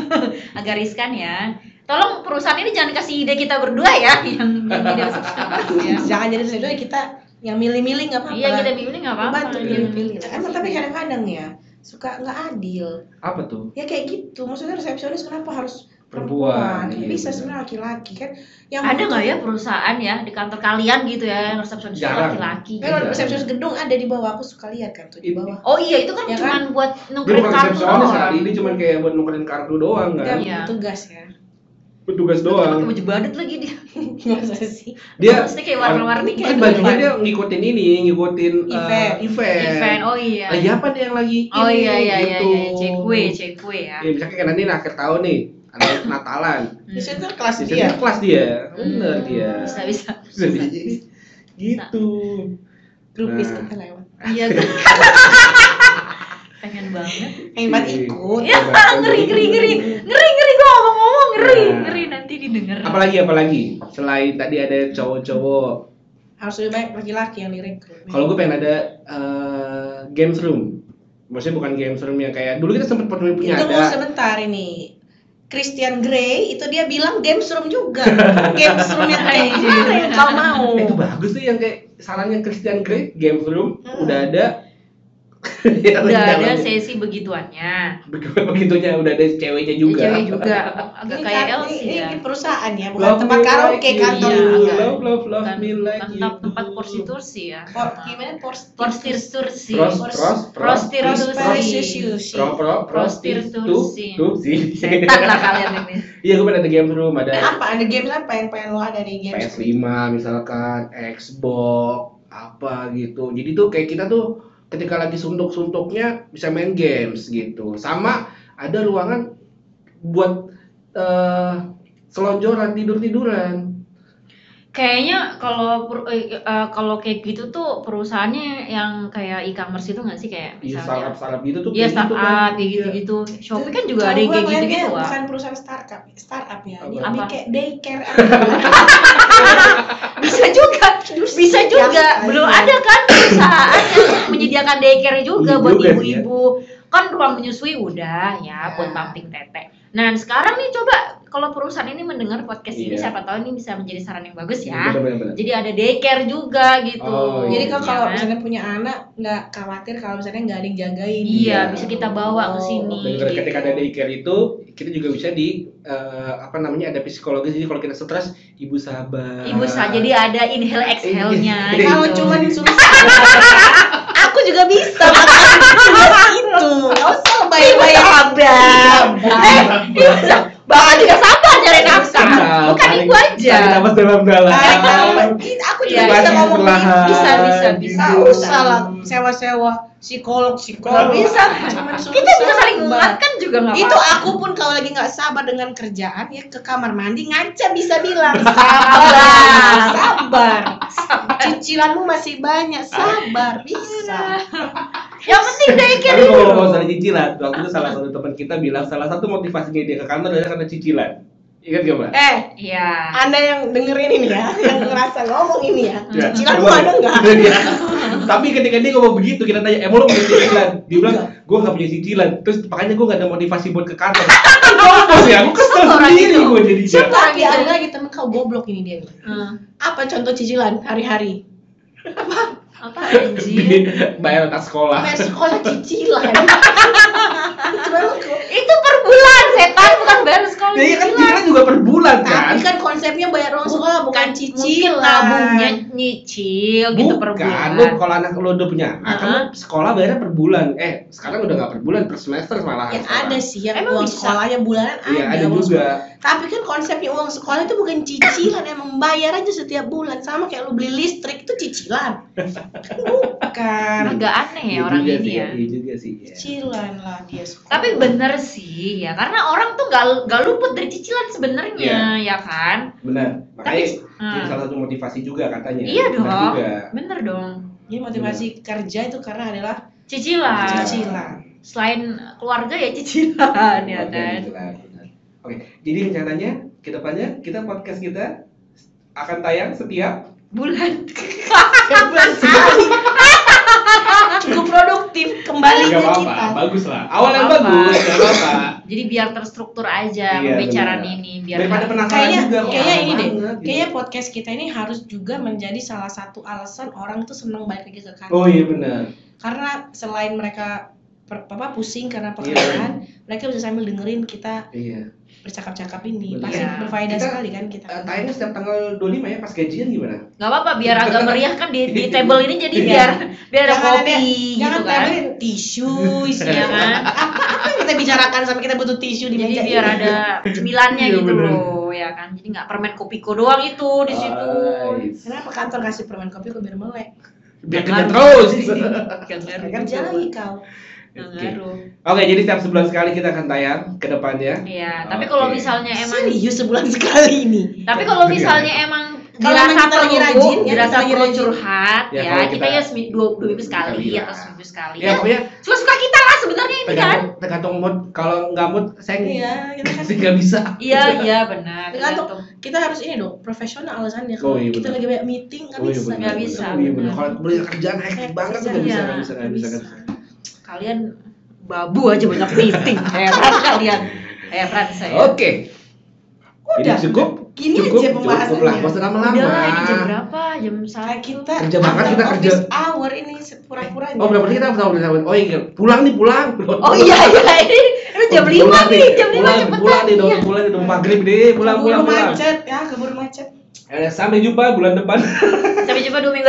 [SPEAKER 1] agak riskan ya tolong perusahaan ini jangan kasih ide kita berdua ya yang yang jadi resepsionis ya
[SPEAKER 3] Jangan jadi resepsionis kita yang milih-milih nggak apa-apa.
[SPEAKER 1] iya kita pilih nggak apa-apa
[SPEAKER 3] bantu Kan
[SPEAKER 1] Iya.
[SPEAKER 3] milih-milih. Emang tapi kadang-kadang ya suka nggak adil.
[SPEAKER 2] Apa tuh?
[SPEAKER 3] Ya kayak gitu. Maksudnya resepsionis kenapa harus
[SPEAKER 2] Perempuan,
[SPEAKER 3] perempuan? Kan
[SPEAKER 2] iya,
[SPEAKER 3] bisa
[SPEAKER 2] benar.
[SPEAKER 3] sebenarnya laki-laki kan. Yang
[SPEAKER 1] ada nggak ya perusahaan ya di kantor kalian gitu ya yang resepsionis
[SPEAKER 2] Jarang.
[SPEAKER 1] laki-laki gitu?
[SPEAKER 3] Kan kalau
[SPEAKER 2] Iya.
[SPEAKER 3] resepsionis gedung ada di bawah aku suka lihat kan tuh di
[SPEAKER 2] Ini-
[SPEAKER 3] bawah.
[SPEAKER 1] oh iya itu kan
[SPEAKER 3] Ya kan?
[SPEAKER 1] cuman buat
[SPEAKER 2] Dia
[SPEAKER 1] nukerin
[SPEAKER 2] bukan
[SPEAKER 1] kartu
[SPEAKER 2] resepsionis
[SPEAKER 1] doang
[SPEAKER 2] kali, dia cuma kayak buat nukerin kartu doang
[SPEAKER 3] Dia
[SPEAKER 2] kan.
[SPEAKER 1] Iya.
[SPEAKER 3] petugas ya.
[SPEAKER 2] Petugas
[SPEAKER 1] pakai
[SPEAKER 2] doang.
[SPEAKER 1] baju badet lagi dia
[SPEAKER 3] Masa Iya, sih?
[SPEAKER 2] Dia
[SPEAKER 1] Maksudnya kayak warna-warni
[SPEAKER 2] kan
[SPEAKER 1] Iya, kayak
[SPEAKER 2] bajunya
[SPEAKER 1] gitu.
[SPEAKER 2] dia ngikutin ini, ngikutin eh,
[SPEAKER 3] Event.
[SPEAKER 2] event.
[SPEAKER 1] event oh iya
[SPEAKER 2] Lagi apa nih yang lagi
[SPEAKER 1] oh
[SPEAKER 2] ini,
[SPEAKER 1] iya iya iya
[SPEAKER 2] gitu.
[SPEAKER 1] iya cek kue cek kue ya
[SPEAKER 2] Ya, misalnya kan nanti akhir tahun nih ada Natalan.
[SPEAKER 1] Hmm.
[SPEAKER 3] Di situ kelas
[SPEAKER 2] Di
[SPEAKER 3] dia.
[SPEAKER 2] sana kelas dia,
[SPEAKER 3] Hmm,
[SPEAKER 2] bener dia.
[SPEAKER 1] bisa bisa
[SPEAKER 2] Jadi, gitu.
[SPEAKER 3] Grupis
[SPEAKER 2] Nah.
[SPEAKER 3] kita lewat.
[SPEAKER 1] iya tuh pengen banget
[SPEAKER 3] Pengen banget
[SPEAKER 2] Iya.
[SPEAKER 3] ikut.
[SPEAKER 1] ya
[SPEAKER 2] Coba, coba.
[SPEAKER 1] ngeri ngeri ngeri ngeri ngeri gue ngomong-ngomong ngeri
[SPEAKER 2] Nah.
[SPEAKER 1] ngeri nanti didengar
[SPEAKER 2] Apalagi apalagi selain tadi ada cowok-cowok.
[SPEAKER 3] Harus lebih banyak laki-laki yang direkrut.
[SPEAKER 2] Kalau gue pengen ada eh, games room. Maksudnya bukan games room yang kayak dulu kita sempat pernah punya
[SPEAKER 3] Tunggu
[SPEAKER 2] ada.
[SPEAKER 3] sebentar ini. Christian Grey itu dia bilang games room juga. games room yang
[SPEAKER 1] Iya.
[SPEAKER 3] kayak gimana yang kau mau?
[SPEAKER 2] Eh, itu bagus tuh yang kayak sarannya Christian Grey games room
[SPEAKER 3] Hmm.
[SPEAKER 2] udah ada.
[SPEAKER 1] udah ada sesi begituannya
[SPEAKER 2] Begitunya udah ada ceweknya
[SPEAKER 1] juga.
[SPEAKER 2] juga.
[SPEAKER 1] cewek juga agak
[SPEAKER 3] Ini
[SPEAKER 1] kayak
[SPEAKER 3] kan-
[SPEAKER 1] LC
[SPEAKER 3] ini,
[SPEAKER 1] ya
[SPEAKER 3] ini perusahaan ya, bukan
[SPEAKER 2] Love
[SPEAKER 3] tempat
[SPEAKER 2] me
[SPEAKER 3] karaoke
[SPEAKER 2] like you
[SPEAKER 3] kantor
[SPEAKER 1] Iya,
[SPEAKER 2] do.
[SPEAKER 3] juga.
[SPEAKER 2] Love love love
[SPEAKER 1] bukan
[SPEAKER 2] me like you
[SPEAKER 1] tempat tempat
[SPEAKER 2] do.
[SPEAKER 1] kursi tursi ya
[SPEAKER 3] Por, gimana Pors-
[SPEAKER 1] Prostir tursi
[SPEAKER 2] Pros
[SPEAKER 3] Pros-
[SPEAKER 2] pros pros
[SPEAKER 3] prostitusi.
[SPEAKER 2] pro pro
[SPEAKER 1] Prostitusi.
[SPEAKER 2] prostitusi. Tusi.
[SPEAKER 1] setan lah kalian ini
[SPEAKER 2] Iya gue pengen ada games room ada
[SPEAKER 3] Apa ada games apa yang pengen lo ada di games?
[SPEAKER 2] PS5 misalkan, Xbox, apa gitu. Jadi tuh kayak kita tuh ketika lagi suntuk-suntuknya bisa main games gitu. Sama ada ruangan buat eh, selonjoran tidur-tiduran.
[SPEAKER 1] Kayaknya kalau per- eh, eh, kalau kayak gitu tuh perusahaannya yang kayak e-commerce itu nggak sih kayak
[SPEAKER 2] Iya
[SPEAKER 1] misalnya?
[SPEAKER 2] startup-startup gitu tuh.
[SPEAKER 1] Iya
[SPEAKER 2] kayak gitu
[SPEAKER 1] startup
[SPEAKER 2] kan.
[SPEAKER 1] kayak
[SPEAKER 2] Iya.
[SPEAKER 1] gitu-gitu. Shopee kan juga
[SPEAKER 3] Kalau
[SPEAKER 1] ada yang kayak
[SPEAKER 3] gua ngeliatnya
[SPEAKER 1] gitu-gitu Wak.
[SPEAKER 3] Bukan perusahaan startup, startup ya.
[SPEAKER 2] Apa?
[SPEAKER 3] Ini
[SPEAKER 1] Apa?
[SPEAKER 3] lebih kayak daycare. anak.
[SPEAKER 1] Bisa juga, bisa juga. Belum ada kan perusahaan yang menyediakan daycare juga
[SPEAKER 2] Iya
[SPEAKER 1] buat
[SPEAKER 2] juga sih, Iya.
[SPEAKER 1] ibu-ibu. Kan ruang menyusui udah ya buat
[SPEAKER 3] Ya.
[SPEAKER 1] pumping tete. Nah, sekarang nih coba kalau perusahaan ini mendengar podcast ini
[SPEAKER 2] Iya.
[SPEAKER 1] siapa tahu ini bisa menjadi saran yang bagus
[SPEAKER 2] Iya,
[SPEAKER 1] ya.
[SPEAKER 2] benar-benar.
[SPEAKER 1] Jadi ada daycare juga gitu.
[SPEAKER 2] Oh,
[SPEAKER 3] Jadi
[SPEAKER 2] iya.
[SPEAKER 3] kalau kalau
[SPEAKER 1] Ya kan?
[SPEAKER 3] misalnya punya anak nggak khawatir kalau misalnya nggak ada yang jagain. Oh,
[SPEAKER 1] Iya,
[SPEAKER 2] Iya.
[SPEAKER 1] bisa kita bawa ke sini.
[SPEAKER 2] Dan
[SPEAKER 1] gitu.
[SPEAKER 2] ketika ada daycare itu, kita juga bisa di eh, apa namanya ada psikologis. Jadi kalau kita stres, ibu sabar.
[SPEAKER 1] Ibu saja jadi ada inhale
[SPEAKER 2] Ah.
[SPEAKER 1] exhale-nya.
[SPEAKER 2] Iya.
[SPEAKER 3] Kalau
[SPEAKER 1] gitu.
[SPEAKER 3] cuma disuruh aku juga bisa makanya
[SPEAKER 1] gitu.
[SPEAKER 3] itu. Nggak usah
[SPEAKER 1] Iya,
[SPEAKER 3] bayar-bayar abang.
[SPEAKER 2] Iya.
[SPEAKER 1] Eh, Bapak juga iya. sabar nyari nafkah.
[SPEAKER 2] Sabar,
[SPEAKER 1] Bukan
[SPEAKER 2] tarik-
[SPEAKER 1] ibu aja.
[SPEAKER 2] Tarik nafas dalam-dalam.
[SPEAKER 3] Tarik nafas. Kita- Aku juga
[SPEAKER 1] Iya,
[SPEAKER 3] bisa
[SPEAKER 1] iya.
[SPEAKER 3] ngomong gitu.
[SPEAKER 2] Perlahan.
[SPEAKER 1] Bisa, bisa, bisa.
[SPEAKER 3] Nggak
[SPEAKER 2] Gitu.
[SPEAKER 3] usah lah sewa-sewa psikolog psikolog.
[SPEAKER 2] Nggak
[SPEAKER 1] bisa.
[SPEAKER 3] Cuman disuruh
[SPEAKER 1] Kita bisa saling
[SPEAKER 3] sabar.
[SPEAKER 1] menguatkan juga nggak
[SPEAKER 3] Itu
[SPEAKER 1] apa-apa.
[SPEAKER 3] aku pun kalau lagi nggak sabar dengan kerjaan ya ke kamar mandi ngaca bisa bilang sabar, sabar. Cicilanmu masih banyak, sabar, bisa.
[SPEAKER 1] Yang penting daycare
[SPEAKER 2] Tapi
[SPEAKER 1] dulu.
[SPEAKER 2] kalau ngomong soal cicilan, waktu itu salah satu teman kita bilang salah satu motivasinya dia ke kantor adalah karena cicilan. Ingat gak, Mbak?
[SPEAKER 3] Eh,
[SPEAKER 1] Iya.
[SPEAKER 3] Anda yang dengerin ini ya, yang ngerasa ngomong ini ya,
[SPEAKER 2] Ya,
[SPEAKER 3] cicilanmu
[SPEAKER 2] coba.
[SPEAKER 3] ada nggak?
[SPEAKER 2] Iya. Tapi ketika dia ngomong begitu, kita tanya, "Eh, emang lo punya cicilan? Dia bilang,
[SPEAKER 1] Iya.
[SPEAKER 2] gue gak punya cicilan. Terus makanya gue gak ada motivasi buat ke kantor. Kan Ngomong ya, gue kesel
[SPEAKER 1] Orang
[SPEAKER 2] sendiri
[SPEAKER 1] itu.
[SPEAKER 2] gue jadi dia.
[SPEAKER 1] Siapa?
[SPEAKER 3] Tapi ada lagi temen kau goblok ini dia.
[SPEAKER 2] Ah.
[SPEAKER 1] Eh,
[SPEAKER 3] Apa contoh cicilan hari-hari?
[SPEAKER 1] Apa anjir?
[SPEAKER 2] Di- Bayar atas sekolah.
[SPEAKER 3] Bayar ya, sekolah cicilan. Itu memang kok.
[SPEAKER 1] Itu per bulan setan bukan bayar sekolah.
[SPEAKER 2] Ya iya kan
[SPEAKER 1] cicilan.
[SPEAKER 2] cicilan juga per bulan kan?
[SPEAKER 3] Tapi kan konsepnya bayar uang sekolah bukan
[SPEAKER 1] Mungkin
[SPEAKER 3] cicilan.
[SPEAKER 1] nabungnya nyicil gitu per
[SPEAKER 2] Bukan,
[SPEAKER 1] bulan.
[SPEAKER 2] lo kalau anak lo udah punya anak, kan lo
[SPEAKER 1] Uh-huh.
[SPEAKER 2] sekolah bayarnya per bulan. Eh, sekarang udah gak per bulan, per semester malah.
[SPEAKER 3] Ya ada sih yang
[SPEAKER 1] Emang
[SPEAKER 3] uang
[SPEAKER 1] bisa?
[SPEAKER 3] sekolahnya bulanan ada,
[SPEAKER 2] Iya, ada
[SPEAKER 3] uang
[SPEAKER 2] juga.
[SPEAKER 3] Tapi kan konsepnya uang sekolah itu bukan cicilan, emang bayar aja setiap bulan sama kayak lu beli listrik itu cicilan. Kan bukan.
[SPEAKER 1] Agak aneh ya
[SPEAKER 2] Iya
[SPEAKER 1] orang
[SPEAKER 2] juga
[SPEAKER 1] ini
[SPEAKER 2] sih,
[SPEAKER 1] ya.
[SPEAKER 2] Iya juga sih. ya.
[SPEAKER 3] Cicilan lah dia sekolah.
[SPEAKER 1] Tapi bener sih ya, karena orang tuh gak, gak luput dari cicilan sebenarnya,
[SPEAKER 2] Iya.
[SPEAKER 1] ya kan?
[SPEAKER 2] Benar. Makanya
[SPEAKER 1] Tapi-
[SPEAKER 2] jadi
[SPEAKER 1] Hmm.
[SPEAKER 2] salah satu motivasi juga katanya.
[SPEAKER 1] Iya
[SPEAKER 2] Benar
[SPEAKER 1] dong.
[SPEAKER 2] Juga.
[SPEAKER 1] Bener dong.
[SPEAKER 3] Jadi motivasi kerja itu karena adalah
[SPEAKER 1] Cicilan.
[SPEAKER 3] cicilan.
[SPEAKER 1] Selain keluarga ya cicilan ya kan.
[SPEAKER 2] Benar, benar. Oke, jadi rencananya ke depannya kita podcast kita akan tayang setiap
[SPEAKER 1] Bulan.
[SPEAKER 3] Bulan sekali. Cukup produktif kembalinya
[SPEAKER 2] Nggak
[SPEAKER 3] kita.
[SPEAKER 2] bagus lah. Awal yang
[SPEAKER 1] Nggak apa-apa.
[SPEAKER 2] bagus, enggak apa-apa.
[SPEAKER 1] Jadi biar terstruktur aja
[SPEAKER 2] Iya,
[SPEAKER 1] pembicaraan
[SPEAKER 2] benar.
[SPEAKER 1] ini biar
[SPEAKER 2] Daripada penasaran
[SPEAKER 3] Kayaknya
[SPEAKER 2] juga. kok
[SPEAKER 3] kayaknya
[SPEAKER 2] lama
[SPEAKER 3] ini deh.
[SPEAKER 2] banget, gitu.
[SPEAKER 3] Kayaknya podcast kita ini harus juga menjadi salah satu alasan orang tuh seneng balik lagi ke kantor.
[SPEAKER 2] Oh iya benar.
[SPEAKER 3] Karena selain mereka per- apa pusing karena
[SPEAKER 2] Iya.
[SPEAKER 3] pekerjaan, mereka bisa sambil dengerin kita
[SPEAKER 2] Iya.
[SPEAKER 3] bercakap-cakap ini.
[SPEAKER 2] Bener.
[SPEAKER 3] Pasti
[SPEAKER 1] Iya.
[SPEAKER 3] berfaedah
[SPEAKER 2] Kita-
[SPEAKER 3] sekali kan kita.
[SPEAKER 2] Eh, tayangnya setiap tanggal 25 ya pas gajian gimana?
[SPEAKER 1] nggak apa-apa biar agak meriah kan di, di table ini jadi
[SPEAKER 2] Iya.
[SPEAKER 1] biar biar ada
[SPEAKER 3] Jangan
[SPEAKER 1] kopi
[SPEAKER 3] Jangan
[SPEAKER 1] gitu kan.
[SPEAKER 3] tempelin tisu isinya
[SPEAKER 1] Iya kan?
[SPEAKER 3] apa yang kita bicarakan sampai kita butuh tisu di
[SPEAKER 1] Jadi
[SPEAKER 3] meja
[SPEAKER 1] biar
[SPEAKER 3] ini?
[SPEAKER 1] ada cemilannya
[SPEAKER 2] Iya,
[SPEAKER 1] gitu
[SPEAKER 2] bener.
[SPEAKER 1] loh ya kan. Jadi nggak permen kopiko doang itu Oh, di situ.
[SPEAKER 2] Ah. Nice.
[SPEAKER 3] kenapa kantor ngasih permen kopi kok biar melek
[SPEAKER 2] Biar
[SPEAKER 1] Jangan.
[SPEAKER 2] kerja terus. kan
[SPEAKER 1] Jangan
[SPEAKER 3] kerja lagi kau
[SPEAKER 1] Nah,
[SPEAKER 2] Oke.
[SPEAKER 1] Nanggaru.
[SPEAKER 2] Oke, jadi setiap sebulan sekali kita akan tayang ke depannya.
[SPEAKER 1] Iya, tapi kalau
[SPEAKER 2] Oke.
[SPEAKER 1] misalnya emang
[SPEAKER 3] serius sebulan sekali ini
[SPEAKER 1] tapi kalau misalnya emang
[SPEAKER 3] Kalau
[SPEAKER 1] dirasa
[SPEAKER 3] emang kita lagi
[SPEAKER 1] perlu,
[SPEAKER 3] rajin, ya,
[SPEAKER 1] dirasa
[SPEAKER 3] kita lagi
[SPEAKER 1] perlu
[SPEAKER 3] rajin.
[SPEAKER 1] curhat,
[SPEAKER 2] Ya,
[SPEAKER 1] ya,
[SPEAKER 2] kalau
[SPEAKER 1] kita,
[SPEAKER 2] kita-
[SPEAKER 1] ya semi- dua, dua minggu sekali
[SPEAKER 2] Sekali lah.
[SPEAKER 1] atau seminggu sekali.
[SPEAKER 2] Ya,
[SPEAKER 1] Ya,
[SPEAKER 2] pokoknya
[SPEAKER 1] suka suka kita lah sebenarnya ini kan.
[SPEAKER 2] tergantung, tergantung mood. Kalau nggak mood, saya
[SPEAKER 3] iya kita kan
[SPEAKER 2] sih nggak bisa.
[SPEAKER 1] Iya, iya benar.
[SPEAKER 3] Tergantung.
[SPEAKER 1] tergantung.
[SPEAKER 3] kita harus ini dong profesional alasannya kalau
[SPEAKER 2] Oh, iya,
[SPEAKER 3] kita
[SPEAKER 2] benar.
[SPEAKER 3] lagi banyak meeting nggak
[SPEAKER 2] Oh iya,
[SPEAKER 3] bisa
[SPEAKER 2] benar,
[SPEAKER 1] nggak bisa,
[SPEAKER 2] benar. Oh iya benar.
[SPEAKER 1] benar.
[SPEAKER 2] Kalau beli kerjaan hektik banget tuh nggak bisa,
[SPEAKER 3] iya.
[SPEAKER 2] nggak bisa, nggak bisa, nggak bisa.
[SPEAKER 1] Kalian babu aja banyak meeting. Heran kalian. Heran saya.
[SPEAKER 2] Oke. Jadi
[SPEAKER 3] Udah.
[SPEAKER 2] cukup.
[SPEAKER 3] gini aja
[SPEAKER 2] cukup, cukup lah. Nggak
[SPEAKER 3] pembahasannya
[SPEAKER 2] usah
[SPEAKER 1] Udah lah, ini jam
[SPEAKER 2] lama-lama.
[SPEAKER 1] berapa? Jam
[SPEAKER 3] Kayak
[SPEAKER 1] satu.
[SPEAKER 3] kita
[SPEAKER 2] Kerja banget,
[SPEAKER 3] after
[SPEAKER 2] kita kerja.
[SPEAKER 3] office hour ini pura-puranya
[SPEAKER 2] Oh berapa sih kita tahu berapa? Oh iya, pulang nih pulang.
[SPEAKER 1] Oh iya iya ini ini jam lima
[SPEAKER 2] Pulang
[SPEAKER 1] nih, jam lima
[SPEAKER 2] pulang,
[SPEAKER 1] cepetan.
[SPEAKER 2] Pulang nih,
[SPEAKER 1] Iya.
[SPEAKER 2] dong, pulang nih, dong, maghrib nih, pulang,
[SPEAKER 3] Keburu
[SPEAKER 2] pulang, pulang.
[SPEAKER 3] macet ya keburu macet
[SPEAKER 2] Eh, Sampai jumpa bulan depan.
[SPEAKER 1] Sampai jumpa dua minggu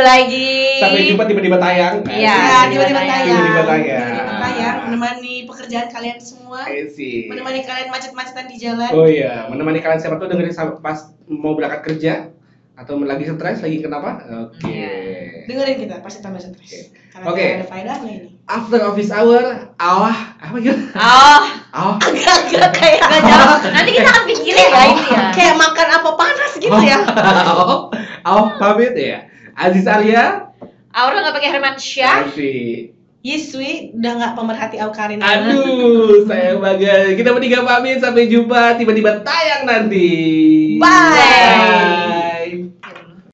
[SPEAKER 1] lagi.
[SPEAKER 2] Sampai jumpa tiba-tiba tayang. Eh,
[SPEAKER 1] Iya,
[SPEAKER 3] ya tiba-tiba
[SPEAKER 1] tiba-tiba
[SPEAKER 3] tayang
[SPEAKER 2] Tiba-tiba tayang.
[SPEAKER 3] Tiba-tiba tayang menemani pekerjaan kalian semua
[SPEAKER 2] I see.
[SPEAKER 3] menemani kalian macet-macetan di
[SPEAKER 1] kan?
[SPEAKER 3] jalan
[SPEAKER 2] Oh iya, menemani kalian siapa tuh dengerin sam- pas mau berangkat kerja atau lagi stres, lagi kenapa? Oke.
[SPEAKER 1] Iya.
[SPEAKER 3] dengerin kita pasti tambah stres karena
[SPEAKER 2] Oke.
[SPEAKER 3] ada faedahnya ini
[SPEAKER 2] After office hour, awah, apa gitu?
[SPEAKER 1] Oh,
[SPEAKER 2] Awah.
[SPEAKER 3] agak-agak kayak
[SPEAKER 1] gak jauh. Nanti kita akan pikirin ya ini ya.
[SPEAKER 3] kayak makan apa panas gitu
[SPEAKER 2] Oh.
[SPEAKER 3] ya
[SPEAKER 2] awah, awah pamit ya. Aziz Arya,
[SPEAKER 1] Aura nggak pakai Herman Syah.
[SPEAKER 2] Afi.
[SPEAKER 3] Yiswi udah nggak pemerhati Aukarin
[SPEAKER 2] Aduh, sayang banget. Kita bertiga pamit sampai jumpa tiba-tiba tayang nanti.
[SPEAKER 1] Bye.